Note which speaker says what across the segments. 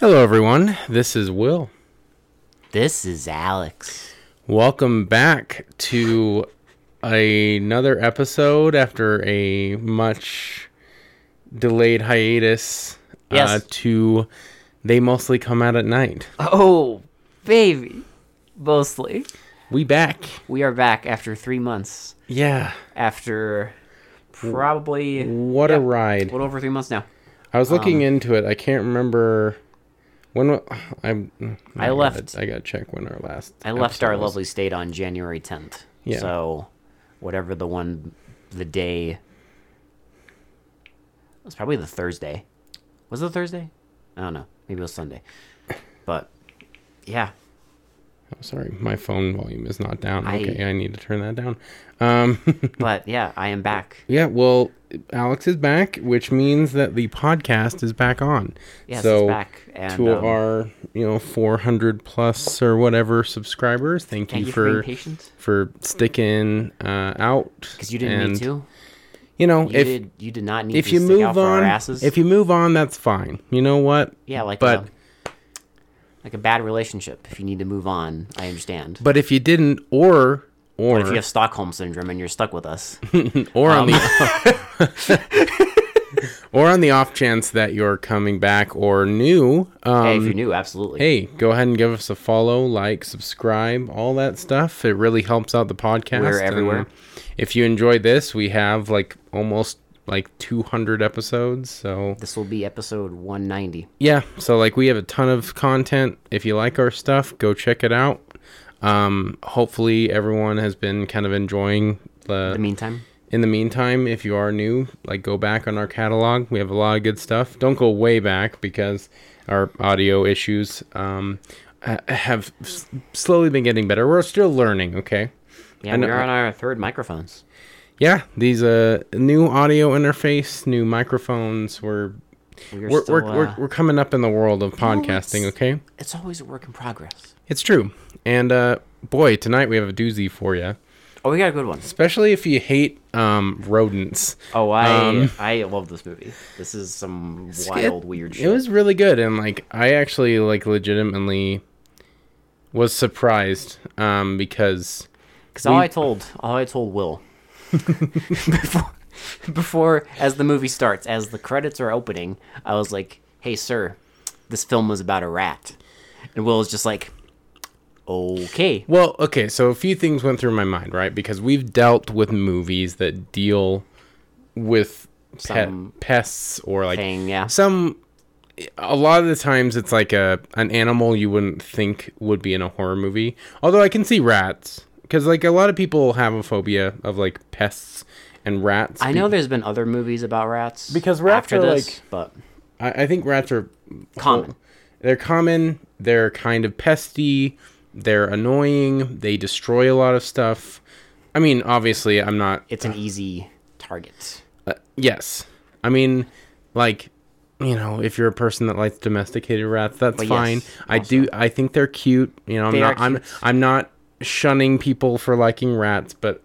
Speaker 1: Hello, everyone. This is Will.
Speaker 2: This is Alex.
Speaker 1: Welcome back to another episode after a much delayed hiatus uh,
Speaker 2: Yes.
Speaker 1: to They Mostly Come Out at Night.
Speaker 2: Oh, baby. Mostly.
Speaker 1: We back.
Speaker 2: We are back after three months.
Speaker 1: Yeah.
Speaker 2: After probably a
Speaker 1: What a
Speaker 2: Yeah. Um,
Speaker 1: ride.
Speaker 2: little over three months now.
Speaker 1: I was looking into it. I can't remember when wa- I'm- I gotta-
Speaker 2: left-
Speaker 1: I got to check when our last.
Speaker 2: I left our
Speaker 1: episode was.
Speaker 2: lovely state on January 10th.
Speaker 1: Yeah.
Speaker 2: So, whatever the one, the day. It was probably the Thursday. Was it a Thursday? I don't know. Maybe it was Sunday. But, yeah.
Speaker 1: I'm Oh, sorry, my phone volume is not down.
Speaker 2: I-
Speaker 1: Okay, I need to turn that down. Um.
Speaker 2: But, yeah, I am back.
Speaker 1: Yeah, well, Alex is back, which means that the podcast is back on.
Speaker 2: Yes,
Speaker 1: so
Speaker 2: it's back. And,
Speaker 1: to
Speaker 2: um,
Speaker 1: our, you know, 400 plus or whatever subscribers, thank,
Speaker 2: thank
Speaker 1: you,
Speaker 2: you for being
Speaker 1: for
Speaker 2: patient.
Speaker 1: for sticking uh, out.
Speaker 2: Because you didn't
Speaker 1: and,
Speaker 2: need to.
Speaker 1: You know,
Speaker 2: You
Speaker 1: if
Speaker 2: did. You did not need
Speaker 1: if
Speaker 2: to
Speaker 1: you
Speaker 2: stick out
Speaker 1: move
Speaker 2: for our
Speaker 1: on,
Speaker 2: asses.
Speaker 1: if you move on, that's fine. You know what?
Speaker 2: yeah, like
Speaker 1: but-
Speaker 2: a, like a bad relationship. If you need to move on, I understand. But,
Speaker 1: But if you didn't, or or
Speaker 2: if you have Stockholm syndrome and you're stuck with us,
Speaker 1: or on the
Speaker 2: um,
Speaker 1: or on the off chance that you're coming back or new, um,
Speaker 2: hey, if you're new, absolutely.
Speaker 1: hey, go ahead and give us a follow, like, subscribe, all that stuff. It really helps out the podcast.
Speaker 2: We're
Speaker 1: and
Speaker 2: everywhere.
Speaker 1: if you enjoyed this, we have like almost like 200 episodes. So,
Speaker 2: this will be episode 190.
Speaker 1: yeah, so like we have a ton of content. If you like our stuff, go check it out. Um, hopefully everyone has been kind of enjoying the
Speaker 2: In the meantime,
Speaker 1: in the meantime, if you are new, like go back on our catalog. We have a lot of good stuff. Don't go way back because our audio issues um, ha- have s- slowly been getting better. We're still learning, okay?
Speaker 2: yeah,
Speaker 1: know-
Speaker 2: we're on our third microphones.
Speaker 1: Yeah, these uh new audio interface, new microphones. We're
Speaker 2: We're,
Speaker 1: we're
Speaker 2: still,
Speaker 1: we're,
Speaker 2: uh,
Speaker 1: we're, we're coming up in the world of
Speaker 2: know,
Speaker 1: podcasting,
Speaker 2: it's-
Speaker 1: okay?
Speaker 2: It's always a work in progress.
Speaker 1: It's true. And uh, boy, tonight we have a doozy for you,
Speaker 2: Oh, we got a good one.
Speaker 1: especially if you hate um, rodents.
Speaker 2: Oh, I
Speaker 1: Um,
Speaker 2: I love this movie. This is some
Speaker 1: it-
Speaker 2: wild, weird shit.
Speaker 1: It was really good, and like I actually like legitimately was surprised um, because
Speaker 2: Because all I told, all I told Will before, before, as the movie starts, as the credits are opening, I was like, "Hey, sir, this film was about a rat," and Will was just like, "Okay,
Speaker 1: well, okay, so a few things went through my mind, right? Because we've dealt with movies that deal with pet
Speaker 2: Some
Speaker 1: pests or like
Speaker 2: thing, yeah,
Speaker 1: some. A lot of the times, it's like a an animal you wouldn't think would be in a horror movie. Although I can see rats, because like a lot of people have a phobia of like pests and rats.
Speaker 2: I know there's been other movies about rats
Speaker 1: Because rats
Speaker 2: after
Speaker 1: are,
Speaker 2: this,
Speaker 1: like-
Speaker 2: but
Speaker 1: I, I think rats are
Speaker 2: Common.
Speaker 1: well, they're common. They're kind of pesty. They're annoying. They destroy a lot of stuff. I mean, obviously, I'm not.
Speaker 2: it's an easy target.
Speaker 1: Uh, yes, I mean, like, you know, if you're a person that likes domesticated rats, that's
Speaker 2: yes,
Speaker 1: fine. I do. I think they're cute. You know, I'm
Speaker 2: They
Speaker 1: not.
Speaker 2: are
Speaker 1: I'm.
Speaker 2: cute.
Speaker 1: I'm not shunning people for liking rats, but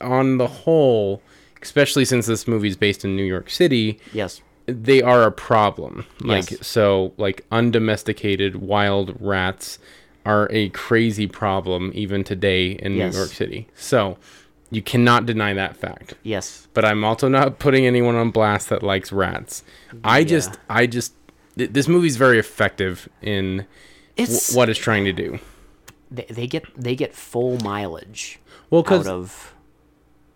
Speaker 1: on the whole, especially since this movie's based in New York City,
Speaker 2: Yes,
Speaker 1: they are a problem. Like
Speaker 2: Yes.
Speaker 1: so like undomesticated wild rats are a crazy problem even today in
Speaker 2: Yes.
Speaker 1: New York City. So you cannot deny that fact.
Speaker 2: yes,
Speaker 1: But I'm also not putting anyone on blast that likes rats. I just
Speaker 2: Yeah.
Speaker 1: I just th- this movie's very effective in
Speaker 2: it's
Speaker 1: w- what it's trying to do.
Speaker 2: they, they get they get full mileage
Speaker 1: Well,
Speaker 2: out
Speaker 1: cuz
Speaker 2: of,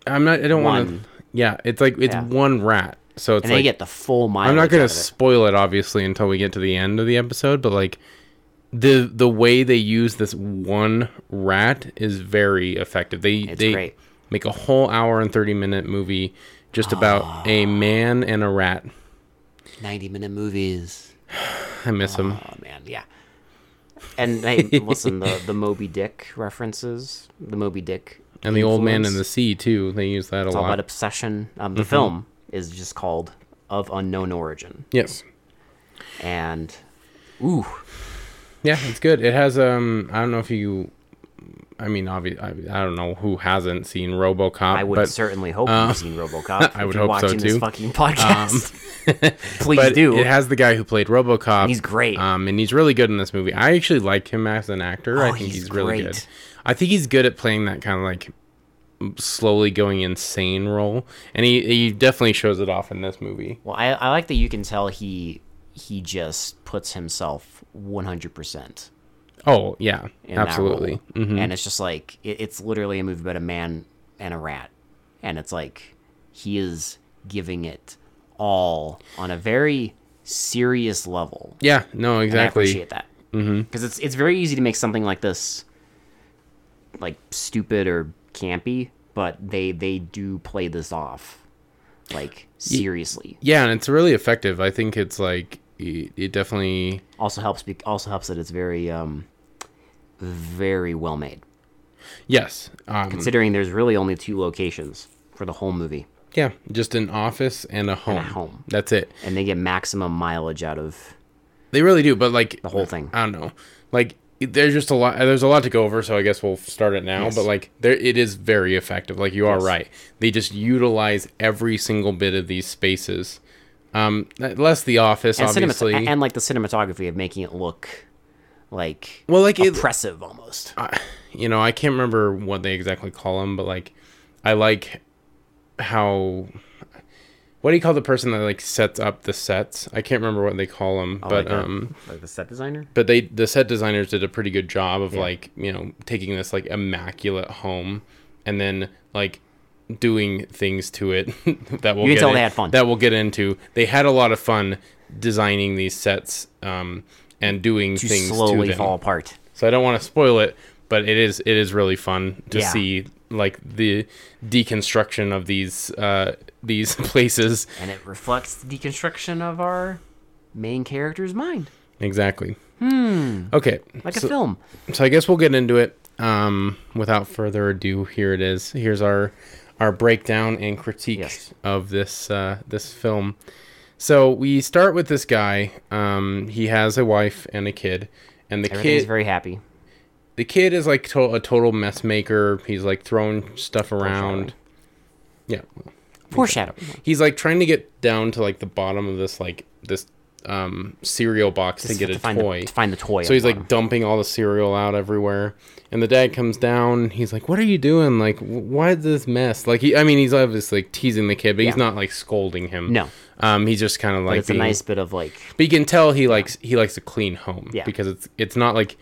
Speaker 1: I'm not I don't want to
Speaker 2: one.
Speaker 1: Yeah, it's like it's
Speaker 2: Yeah.
Speaker 1: one rat. So it's
Speaker 2: and they
Speaker 1: like
Speaker 2: get the full mileage.
Speaker 1: I'm not
Speaker 2: out
Speaker 1: going
Speaker 2: of
Speaker 1: to
Speaker 2: it.
Speaker 1: spoil it obviously until we get to the end of the episode, but like the the way they use this one rat is very effective. They they
Speaker 2: great.
Speaker 1: make a whole hour and 30 minute movie just about
Speaker 2: Ah.
Speaker 1: a man and a rat.
Speaker 2: 90 minute movies.
Speaker 1: I miss him.
Speaker 2: Oh man, yeah. And hey, listen, the the Moby Dick references, the Moby Dick,
Speaker 1: And the old man and the
Speaker 2: influence,
Speaker 1: sea too. They use that a
Speaker 2: all
Speaker 1: lot.
Speaker 2: about obsession. Um,
Speaker 1: Mm-hmm.
Speaker 2: the film is just called "Of Unknown Origin,"
Speaker 1: yes.
Speaker 2: and ooh,
Speaker 1: Yeah, it's good. It has um I don't know if you I mean, obvi- I, I don't know who hasn't seen RoboCop.
Speaker 2: I would
Speaker 1: but, uh,
Speaker 2: certainly hope you've seen RoboCop.
Speaker 1: I
Speaker 2: if
Speaker 1: would
Speaker 2: you're
Speaker 1: hope so,
Speaker 2: watching this
Speaker 1: too. Um,
Speaker 2: fucking podcast. Please
Speaker 1: but
Speaker 2: do.
Speaker 1: It has the guy who played RoboCop.
Speaker 2: He's great.
Speaker 1: Um, and he's really good in this movie. I actually like him as an actor. I
Speaker 2: Oh,
Speaker 1: think
Speaker 2: he's
Speaker 1: he's, really
Speaker 2: great.
Speaker 1: good. I think he's good at playing that kind of like slowly going insane role, and he he definitely shows it off in this movie.
Speaker 2: well, I, I like that you can tell he he just puts himself 100%.
Speaker 1: Oh yeah,
Speaker 2: in that role.
Speaker 1: absolutely. Mm-hmm.
Speaker 2: And it's just like it, it's literally a movie about a man and a rat, and it's like he is giving it all on a very serious level.
Speaker 1: Yeah, no,
Speaker 2: And I
Speaker 1: exactly. Mm-hmm.
Speaker 2: appreciate that because it's it's very easy to make something like this like stupid or campy, but they they do play this off like seriously.
Speaker 1: Yeah, and it's really effective. I think it's like it, it definitely.
Speaker 2: Also helps be, also helps that it's very um very well made.
Speaker 1: Yes. Um,
Speaker 2: considering there's really only two locations for the whole movie,
Speaker 1: yeah, just an office and a home.
Speaker 2: home.
Speaker 1: That's it.
Speaker 2: and they get maximum mileage out of.
Speaker 1: They really do, but like the
Speaker 2: whole thing.
Speaker 1: I don't know. Like it- there's just a lot. There's a lot to go over, so I guess we'll start it now.
Speaker 2: Yes.
Speaker 1: But like there, it is very effective. Like you are right. They just utilize every single bit of these spaces. Um, less the office,
Speaker 2: And,
Speaker 1: obviously.
Speaker 2: cinemat- and like the cinematography of making it look like
Speaker 1: well, like it,
Speaker 2: oppressive almost.
Speaker 1: you know, I can't remember what they exactly call him, but like, I like how. What do you call the person that like sets up the sets? I can't remember what they call him, but
Speaker 2: like a-
Speaker 1: um,
Speaker 2: like the set designer.
Speaker 1: but they the set designers did a pretty good job of like you know taking this like immaculate home and then like doing things to it that will
Speaker 2: You can
Speaker 1: get
Speaker 2: tell
Speaker 1: in-
Speaker 2: they had fun.
Speaker 1: that we'll get into they had a lot of fun designing these sets um and doing
Speaker 2: To
Speaker 1: things to
Speaker 2: slowly
Speaker 1: them.
Speaker 2: fall apart.
Speaker 1: so i don't want to spoil it but it is it is really fun to
Speaker 2: Yeah.
Speaker 1: see like the deconstruction of these uh these places
Speaker 2: And it reflects the deconstruction of our main character's mind.
Speaker 1: exactly hmm. okay
Speaker 2: Like
Speaker 1: so-
Speaker 2: a film.
Speaker 1: so I guess we'll get into it. Um, without further ado, here it is. Here's our our breakdown and critique
Speaker 2: Yes.
Speaker 1: of this uh, this film. So we start with this guy. Um, he has a wife and a kid, and the
Speaker 2: Everything's
Speaker 1: kid
Speaker 2: very happy.
Speaker 1: the kid is like to- a total mess maker. He's like throwing stuff around. Yeah,
Speaker 2: Foreshadowing.
Speaker 1: he's like trying to get down to like the bottom of this like this um cereal box to get a
Speaker 2: find
Speaker 1: toy.
Speaker 2: The, to find the toy.
Speaker 1: So he's
Speaker 2: at the
Speaker 1: like dumping all the cereal out everywhere, and the dad comes down. He's like, "What are you doing? Like, wh- why is this mess?" Like, he, I mean, he's obviously like teasing the kid, but he's
Speaker 2: Yeah.
Speaker 1: not like scolding him.
Speaker 2: No.
Speaker 1: um, he's just kind of
Speaker 2: bottom.
Speaker 1: like
Speaker 2: It's a
Speaker 1: being-
Speaker 2: nice bit of like
Speaker 1: But you can tell he likes he likes a clean home
Speaker 2: Yeah.
Speaker 1: because it's it's not like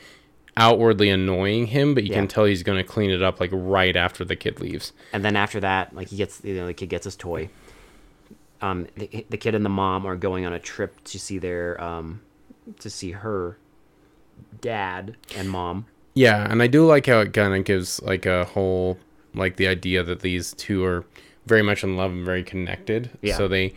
Speaker 1: outwardly annoying him, but you
Speaker 2: Yeah.
Speaker 1: can tell he's gonna clean it up like right after the kid leaves.
Speaker 2: and then after that, like he gets, you know, the kid gets his toy. Um, the, the kid and the mom are going on a trip to see their, um, to see her dad and mom.
Speaker 1: Yeah, and I do like how it kind of gives like a whole like the idea that these two are very much in love and very connected.
Speaker 2: Yeah.
Speaker 1: So they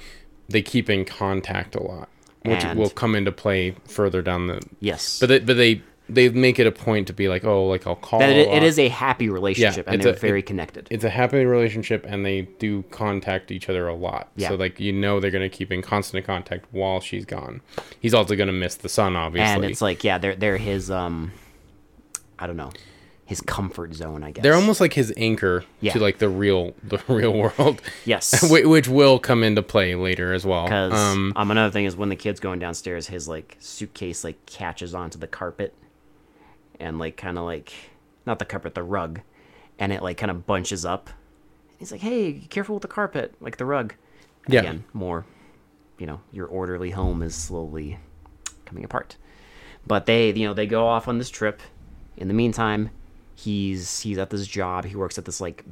Speaker 1: they keep in contact a lot, which
Speaker 2: And-
Speaker 1: will come into play further down the.
Speaker 2: Yes,
Speaker 1: But
Speaker 2: but
Speaker 1: they, but they they make it a point to be like, oh, like I'll call.
Speaker 2: that it,
Speaker 1: a lot."
Speaker 2: it is a happy relationship, and
Speaker 1: it's
Speaker 2: they're
Speaker 1: a-
Speaker 2: very connected.
Speaker 1: It's a happy relationship, and they do contact each other a lot.
Speaker 2: Yeah.
Speaker 1: So like you know they're gonna keep in constant contact while she's gone. He's also gonna miss the son, obviously.
Speaker 2: and it's like, yeah, they're they're his, um, I don't know, his comfort zone, I guess.
Speaker 1: They're almost like his anchor
Speaker 2: Yeah.
Speaker 1: to like the real the real world.
Speaker 2: Yes.
Speaker 1: Whi- which will come into play later as well.
Speaker 2: because um,
Speaker 1: Um,
Speaker 2: another thing is when the kid's going downstairs, his like suitcase like catches onto the carpet, and like kind of like not the carpet, the rug, and it like kind of bunches up. And he's like, "Hey, careful with the carpet, like the rug." And
Speaker 1: Yeah.
Speaker 2: Again, more, you know, your orderly home is slowly coming apart. But they, you know, they go off on this trip. In the meantime, he's he's at this job. He works at this like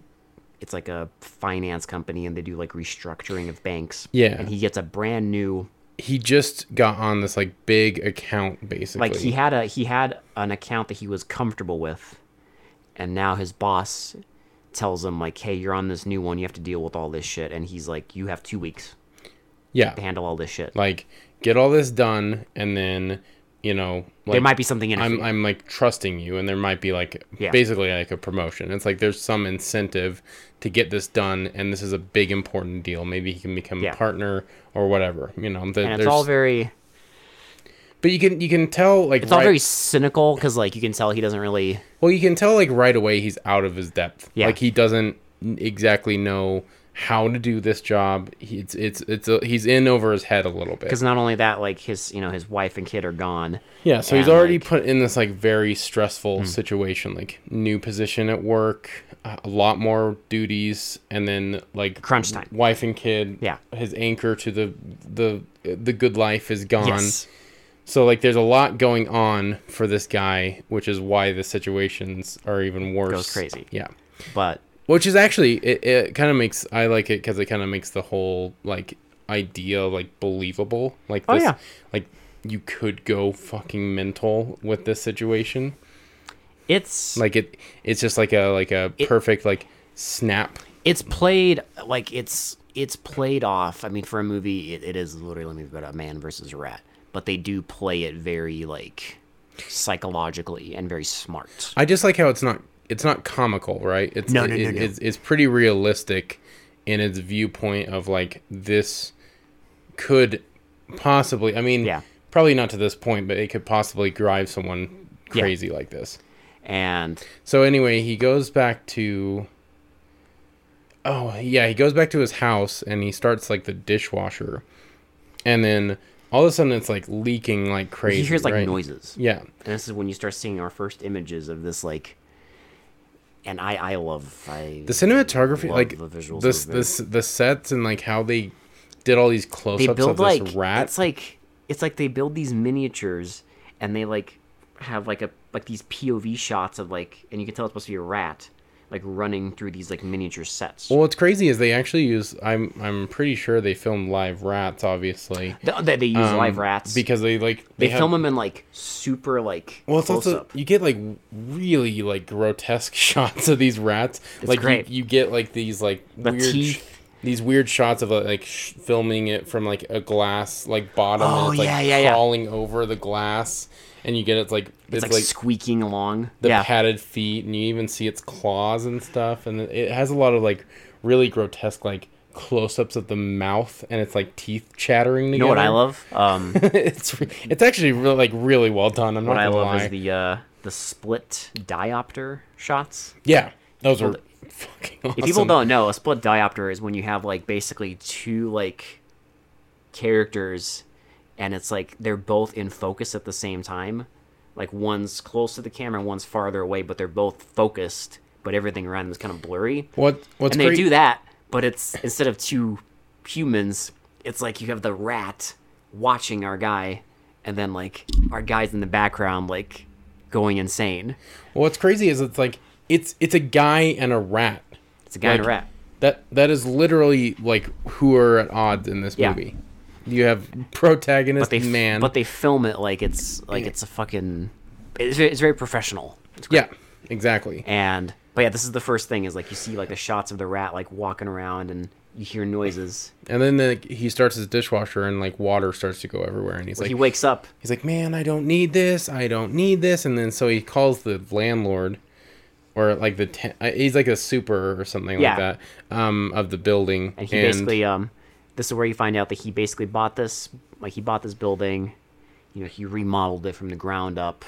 Speaker 2: it's like a finance company and they do like restructuring of banks.
Speaker 1: Yeah.
Speaker 2: And he gets a brand new
Speaker 1: he just got on this like big account basically.
Speaker 2: like he had a he had an account that he was comfortable with and now his boss tells him like, Hey, you're on this new one, you have to deal with all this shit and he's like, You have two weeks
Speaker 1: yeah,
Speaker 2: to handle all this shit.
Speaker 1: like get all this done, and then you know like
Speaker 2: there might be something in it.
Speaker 1: I'm I'm like trusting you, and there might be like
Speaker 2: Yeah.
Speaker 1: basically like a promotion. It's like there's some incentive to get this done, and this is a big important deal. Maybe he can become
Speaker 2: Yeah.
Speaker 1: a partner or whatever. You know, th-
Speaker 2: and it's
Speaker 1: there's
Speaker 2: all very
Speaker 1: But you can you can tell like
Speaker 2: It's
Speaker 1: right,
Speaker 2: all very cynical because like you can tell he doesn't really.
Speaker 1: well you can tell like right away he's out of his depth.
Speaker 2: Yeah.
Speaker 1: Like he doesn't exactly know how to do this job. He, it's it's it's a, he's in over his head a little bit.
Speaker 2: Because not only that, like his you know his wife and kid are gone.
Speaker 1: Yeah, so he's
Speaker 2: and,
Speaker 1: already
Speaker 2: like- Hmm.
Speaker 1: put in this like very stressful situation, like new position at work, uh, a lot more duties, and then like
Speaker 2: Crunch time.
Speaker 1: wife and kid.
Speaker 2: Yeah.
Speaker 1: his anchor to the the the good life is gone.
Speaker 2: Yes.
Speaker 1: So like, there's a lot going on for this guy, which is why the situations are even worse.
Speaker 2: Goes crazy.
Speaker 1: Yeah,
Speaker 2: But
Speaker 1: which is actually it. it kind of makes I like it because it kind of makes the whole like idea like believable. Like
Speaker 2: Oh,
Speaker 1: this,
Speaker 2: yeah.
Speaker 1: like you could go fucking mental with this situation.
Speaker 2: it's
Speaker 1: Like it, it's just like a like a
Speaker 2: It-
Speaker 1: perfect like snap.
Speaker 2: it's played like it's it's played off. I mean, for a movie, it, it is literally about a man versus a rat, but they do play it very like psychologically and very smart.
Speaker 1: I just like how it's not it's not comical, right? It's
Speaker 2: No, no,
Speaker 1: it-
Speaker 2: no,
Speaker 1: it-
Speaker 2: no.
Speaker 1: It's, it's pretty realistic in its viewpoint of like this could possibly. I mean,
Speaker 2: Yeah.
Speaker 1: probably not to this point, but it could possibly drive someone
Speaker 2: Yeah.
Speaker 1: crazy like this.
Speaker 2: And
Speaker 1: So anyway, he goes back to Oh, yeah, he goes back to his house and he starts like the dishwasher. And then all of a sudden it's like leaking like crazy.
Speaker 2: he hears like
Speaker 1: right?
Speaker 2: noises,
Speaker 1: Yeah.
Speaker 2: and this is when you start seeing our first images of this like. And I I love I
Speaker 1: The cinematography
Speaker 2: Love
Speaker 1: like
Speaker 2: the visuals
Speaker 1: this
Speaker 2: of it.
Speaker 1: this the sets and like how they did all these close
Speaker 2: they
Speaker 1: ups of
Speaker 2: build
Speaker 1: this
Speaker 2: like
Speaker 1: rat.
Speaker 2: it's like it's like they build these miniatures and they like have like a like these POV shots of like and you can tell it's supposed to be a rat like running through these like miniature sets.
Speaker 1: well, what's crazy is they actually use. I'm I'm pretty sure they filmed live rats, obviously,
Speaker 2: Th- They, they use live rats.
Speaker 1: Um, because they like
Speaker 2: they
Speaker 1: have-
Speaker 2: film them in like super like
Speaker 1: Well, it's
Speaker 2: close
Speaker 1: also
Speaker 2: up.
Speaker 1: you get like really like grotesque shots of these rats. like you-
Speaker 2: great.
Speaker 1: You, get like these like
Speaker 2: The
Speaker 1: weird sh-
Speaker 2: teeth.
Speaker 1: these weird shots of uh, like sh- filming it from like a glass like bottom
Speaker 2: Oh,
Speaker 1: and it's like
Speaker 2: yeah, yeah, yeah.
Speaker 1: crawling over the glass and you get it's like
Speaker 2: It's,
Speaker 1: it's,
Speaker 2: like,
Speaker 1: like,
Speaker 2: squeaking along.
Speaker 1: the
Speaker 2: yeah.
Speaker 1: padded feet and you even see its claws and stuff and it has a lot of like really grotesque like close-ups of the mouth and it's like teeth chattering together.
Speaker 2: you know what I love? Um
Speaker 1: it's re- it's actually really like really well done. I'm
Speaker 2: what
Speaker 1: not
Speaker 2: I
Speaker 1: gonna
Speaker 2: love
Speaker 1: lie.
Speaker 2: is the uh the split diopter shots.
Speaker 1: Yeah, those are
Speaker 2: Well,
Speaker 1: fucking awesome.
Speaker 2: If people don't know, a split diopter is when you have like basically two like characters and it's like they're both in focus at the same time. Like one's close to the camera, one's farther away, but they're both focused, but everything around them is kind of blurry.
Speaker 1: what what's
Speaker 2: and they
Speaker 1: great?
Speaker 2: do that, but it's instead of two humans, it's like you have the rat watching our guy and then like our guy's in the background like going insane.
Speaker 1: what's crazy is it's like it's it's a guy and a rat.
Speaker 2: It's a guy and a
Speaker 1: Like,
Speaker 2: rat.
Speaker 1: That that is literally like who are at odds in this
Speaker 2: Yeah.
Speaker 1: movie. You have protagonist
Speaker 2: they f-
Speaker 1: man.
Speaker 2: but they film it like it's like it's a fucking it's very, it's very professional It's great.
Speaker 1: yeah, exactly.
Speaker 2: and but yeah this is the first thing is like you see like the shots of the rat like walking around and you hear noises
Speaker 1: And then like he starts his dishwasher and like water starts to go everywhere and he's like
Speaker 2: he wakes up
Speaker 1: he's like man I don't need this I don't need this and then so he calls the landlord or like the ten- uh, he's like a super or something
Speaker 2: Yeah.
Speaker 1: like that um of the building
Speaker 2: and he basically um this is where you find out that he basically bought this like he bought this building you know he remodeled it from the ground up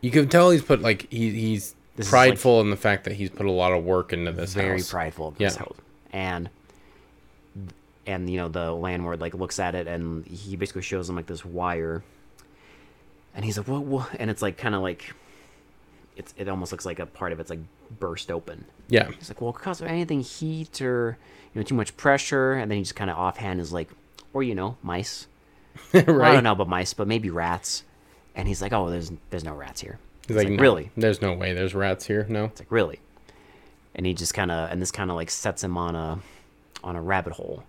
Speaker 1: You can tell he's put like he, he's
Speaker 2: This is, like-
Speaker 1: prideful in the fact that he's put a lot of work into this
Speaker 2: very
Speaker 1: house.
Speaker 2: prideful of his
Speaker 1: Yeah.
Speaker 2: house. And and you know the landlord like looks at it and he basically shows him like this wire, and he's like, "What? what? And it's like kind of like it's it almost looks like a part of it's like burst open.
Speaker 1: yeah,
Speaker 2: He's like, "Well, cause of anything heat or you know too much pressure," and then he just kind of offhand is like, "Or you know mice? I
Speaker 1: right.
Speaker 2: don't know about mice, but maybe rats." And he's like, "Oh, there's there's no rats here."
Speaker 1: He's
Speaker 2: It's
Speaker 1: like, "No,
Speaker 2: "Really?"
Speaker 1: There's no way. There's rats here. No.
Speaker 2: It's like really, and he just kind of and this kind of like sets him on a on a rabbit hole,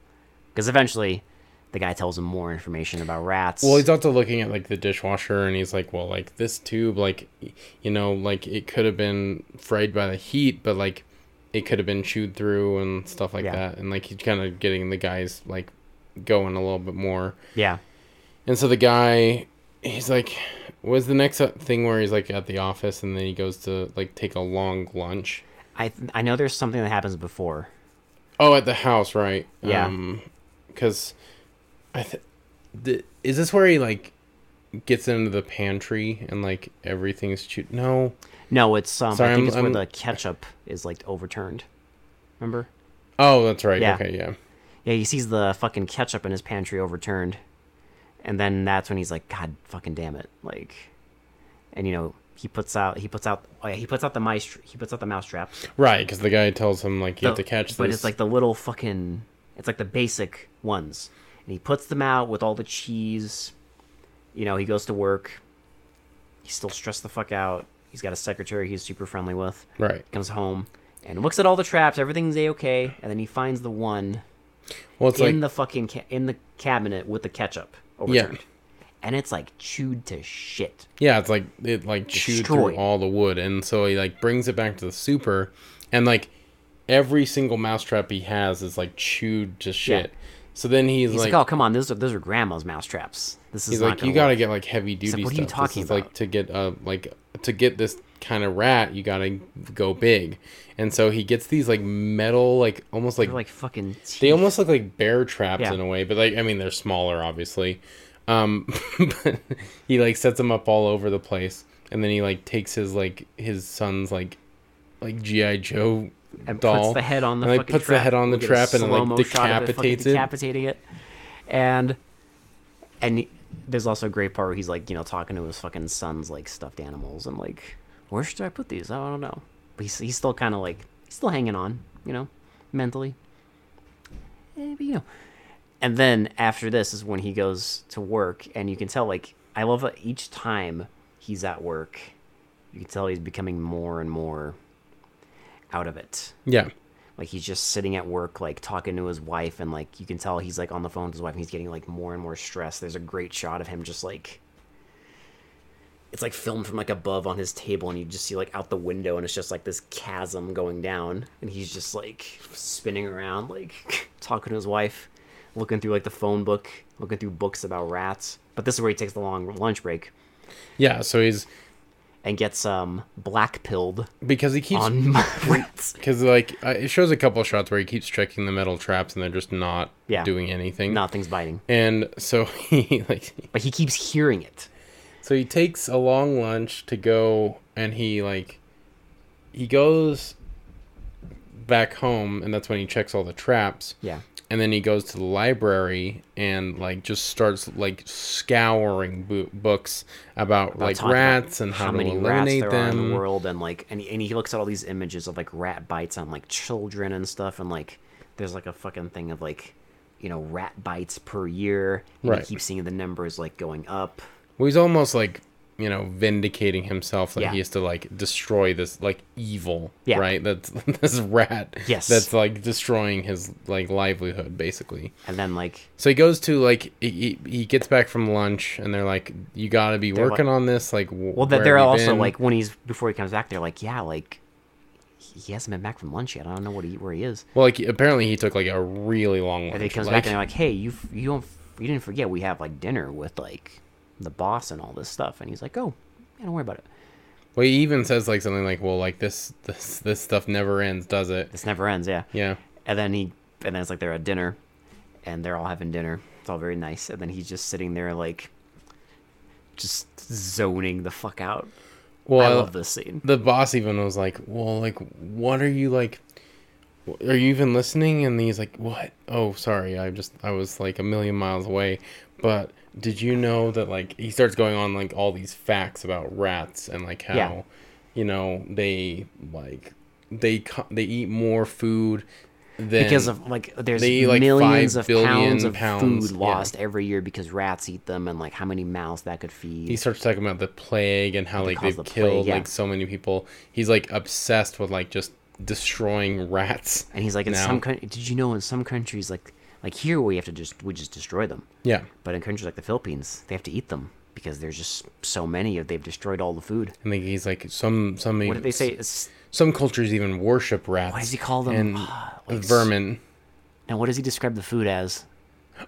Speaker 2: because eventually, the guy tells him more information about rats.
Speaker 1: Well, he's also looking at like the dishwasher, and he's like, "Well, like this tube, like y- you know, like it could have been fried by the heat, but like it could have been chewed through and stuff like
Speaker 2: Yeah.
Speaker 1: that." And like he's kind of getting the guys like going a little bit more.
Speaker 2: yeah,
Speaker 1: And so the guy, he's like, "Was the next uh, thing where he's like at the office, and then he goes to like take a long lunch."
Speaker 2: I th- I know there's something that happens before.
Speaker 1: Oh, at the house, right? Um,
Speaker 2: Yeah.
Speaker 1: Because I th- the, is this where he like gets into the pantry and like everything's chew- no
Speaker 2: No, it's um,
Speaker 1: Sorry,
Speaker 2: I think
Speaker 1: I'm-
Speaker 2: it's
Speaker 1: I'm-
Speaker 2: where the ketchup is like overturned. Remember?
Speaker 1: oh that's right
Speaker 2: Yeah.
Speaker 1: okay yeah
Speaker 2: Yeah, he sees the fucking ketchup in his pantry overturned, and then that's when he's like, "God, fucking damn it!" Like, and you know, he puts out he puts out oh yeah, he puts out the mice he puts out the mouse traps.
Speaker 1: right because the guy tells him like you have
Speaker 2: the-
Speaker 1: to catch
Speaker 2: But
Speaker 1: this
Speaker 2: it's like the little fucking. It's like the basic ones, and he puts them out with all the cheese. You know, he goes to work. He's still stressed the fuck out. He's got a secretary he's super friendly with.
Speaker 1: right
Speaker 2: Comes home and looks at all the traps. Everything's a okay, and then he finds the one
Speaker 1: well it's
Speaker 2: in
Speaker 1: like
Speaker 2: the fucking ca- in the cabinet with the ketchup overturned, and it's like chewed to shit.
Speaker 1: yeah it's like it like chewed
Speaker 2: Destroyed.
Speaker 1: through all the wood and so he like brings it back to the super and like every single mousetrap he has is like chewed to shit so then he's,
Speaker 2: He's
Speaker 1: like,
Speaker 2: like, "Oh come on, those are those are grandma's mousetraps. This is
Speaker 1: he's
Speaker 2: not
Speaker 1: like
Speaker 2: gonna
Speaker 1: you
Speaker 2: work."
Speaker 1: gotta get like heavy duty
Speaker 2: "What are you
Speaker 1: stuff
Speaker 2: talking
Speaker 1: this is,
Speaker 2: about?"
Speaker 1: like to get uh like to get this kind of rat you gotta go big and so he gets these like metal like almost like
Speaker 2: They're like fucking. teeth.
Speaker 1: They almost look like bear traps
Speaker 2: Yeah.
Speaker 1: in a way, but like I mean they're smaller obviously. Um but he like sets them up all over the place and then he like takes his like his son's like like GI Joe
Speaker 2: and
Speaker 1: doll
Speaker 2: puts the head on the
Speaker 1: and, like,
Speaker 2: fucking
Speaker 1: puts
Speaker 2: trap.
Speaker 1: the head on the
Speaker 2: We get a
Speaker 1: trap and like
Speaker 2: slow-mo shot of fucking
Speaker 1: decapitates it.
Speaker 2: decapitating it. And and he- there's also a great part where he's like, you know, talking to his fucking son's like stuffed animals and like, where should I put these? I don't know. But he's he's still kind of like he's still hanging on, you know, mentally. Eh, but, you know. And then after this is when he goes to work, and you can tell like I love that each time he's at work, you can tell he's becoming more and more out of it
Speaker 1: Yeah.
Speaker 2: like he's just sitting at work like talking to his wife and like you can tell he's like on the phone with his wife and he's getting like more and more stressed there's a great shot of him just like it's like filmed from like above on his table and you just see like out the window and it's just like this chasm going down and he's just like spinning around like talking to his wife looking through like the phone book looking through books about rats but this is where he takes the long lunch break
Speaker 1: Yeah, so he's
Speaker 2: and gets um black pilled
Speaker 1: because he keeps
Speaker 2: on rats
Speaker 1: because like uh, it shows a couple of shots where he keeps checking the metal traps and they're just not
Speaker 2: Yeah.
Speaker 1: doing anything.
Speaker 2: nothing's biting
Speaker 1: And so he like
Speaker 2: but he keeps hearing it
Speaker 1: So he takes a long lunch to go and he like he goes back home and that's when he checks all the traps.
Speaker 2: yeah
Speaker 1: And then he goes to the library and like just starts like scouring bo- books about, like
Speaker 2: talking about
Speaker 1: rats and how, to eliminate them.
Speaker 2: in the world and like and he, and he looks at all these images of like rat bites on like children and stuff and like there's like a fucking thing of like you know rat bites per year and
Speaker 1: Right.
Speaker 2: you keep seeing the numbers like going up
Speaker 1: Well, he's almost like you know vindicating himself that
Speaker 2: Yeah.
Speaker 1: he has to like destroy this like evil
Speaker 2: Yeah.
Speaker 1: right that's this rat
Speaker 2: Yes.
Speaker 1: that's like destroying his like livelihood basically
Speaker 2: and then like
Speaker 1: So he goes to like he, he he gets back from lunch and they're like, "You got to be working on this." Like, w-
Speaker 2: well that
Speaker 1: where
Speaker 2: they're
Speaker 1: have you
Speaker 2: also
Speaker 1: been?
Speaker 2: like when he's before he comes back they're like yeah like he he hasn't been back from lunch yet i don't know what he where he is
Speaker 1: well, like apparently he took like a really long
Speaker 2: and he
Speaker 1: lunch.
Speaker 2: comes
Speaker 1: like,
Speaker 2: back and they're like hey you f- you don't f- you didn't forget we have like dinner with like the boss and all this stuff and he's like oh yeah, don't worry about it
Speaker 1: well, he even says like something like, "Well, like this this this stuff never ends, does it?"
Speaker 2: this never ends yeah
Speaker 1: Yeah,
Speaker 2: And then he, and then it's like they're at dinner, and they're all having dinner. It's all very nice. And then he's just sitting there like, just zoning the fuck out.
Speaker 1: well,
Speaker 2: I love this scene.
Speaker 1: the boss even was like, "Well, like what are you like? Are you even listening?" And he's like, "What? Oh, sorry, I just I was like a million miles away." But did you know that like he starts going on like all these facts about rats and like how
Speaker 2: Yeah.
Speaker 1: you know they like they co- they eat more food than
Speaker 2: Because of like, there's
Speaker 1: they eat, like,
Speaker 2: millions
Speaker 1: five
Speaker 2: of
Speaker 1: billion
Speaker 2: pounds of
Speaker 1: pounds,
Speaker 2: food
Speaker 1: yeah.
Speaker 2: lost every year because rats eat them, and like how many mouths that could feed.
Speaker 1: he starts talking about the plague and how like
Speaker 2: cause
Speaker 1: they've
Speaker 2: the plague,
Speaker 1: killed
Speaker 2: yeah.
Speaker 1: like so many people. He's like obsessed with like just destroying rats.
Speaker 2: and he's like, in
Speaker 1: now.
Speaker 2: some coun- did you know in some countries like like here we have to just we just destroy them,
Speaker 1: yeah.
Speaker 2: but in countries like the Philippines they have to eat them because there's just so many of they've destroyed all the food.
Speaker 1: And like he's like some some
Speaker 2: What did they say? It's-
Speaker 1: some cultures even worship rats. Why
Speaker 2: does he call them?
Speaker 1: And
Speaker 2: Ah, like s-
Speaker 1: vermin.
Speaker 2: Now, what does he describe the food as?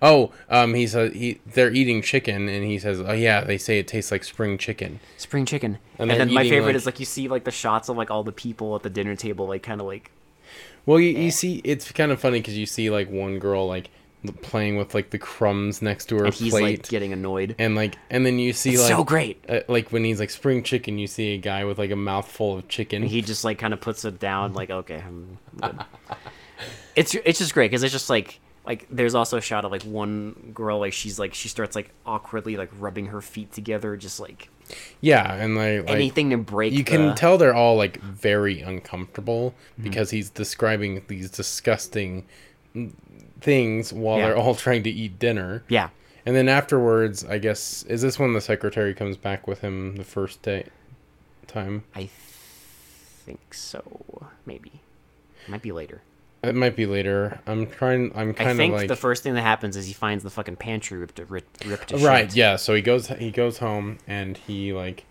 Speaker 1: Oh, um, he says he they're eating chicken, and he says, "Oh yeah, they say it tastes like spring chicken."
Speaker 2: Spring chicken.
Speaker 1: And
Speaker 2: And,
Speaker 1: they're
Speaker 2: then my
Speaker 1: eating,
Speaker 2: favorite
Speaker 1: like-
Speaker 2: is like you see like the shots of like all the people at the dinner table, like kind of like
Speaker 1: Well, you, you see, it's kind of funny because you see like one girl like l- playing with like the crumbs next to her
Speaker 2: and he's
Speaker 1: plate,
Speaker 2: like getting annoyed.
Speaker 1: and like and then you see
Speaker 2: It's
Speaker 1: like
Speaker 2: so great.
Speaker 1: uh, like when he's like spring chicken, you see a guy with like a mouthful of chicken.
Speaker 2: He just like kind of puts it down, like okay, I'm good. it's it's just great because it's just like like there's also a shot of like one girl like she's like she starts like awkwardly like rubbing her feet together, just like
Speaker 1: yeah, and like, like
Speaker 2: anything to break.
Speaker 1: you can
Speaker 2: the-
Speaker 1: tell they're all like very uncomfortable
Speaker 2: Mm-hmm.
Speaker 1: because he's describing these disgusting mm, things while
Speaker 2: Yeah.
Speaker 1: they're all trying to eat dinner.
Speaker 2: yeah,
Speaker 1: And then afterwards, I guess is this when the secretary comes back with him the first day time?
Speaker 2: I think so. Maybe might be later.
Speaker 1: It might be later. I'm trying. I'm
Speaker 2: I
Speaker 1: kind of
Speaker 2: think
Speaker 1: like
Speaker 2: the first thing that happens is he finds the fucking pantry ripped ripped, ripped to
Speaker 1: right.
Speaker 2: shit.
Speaker 1: Yeah. So he goes. He goes home and he like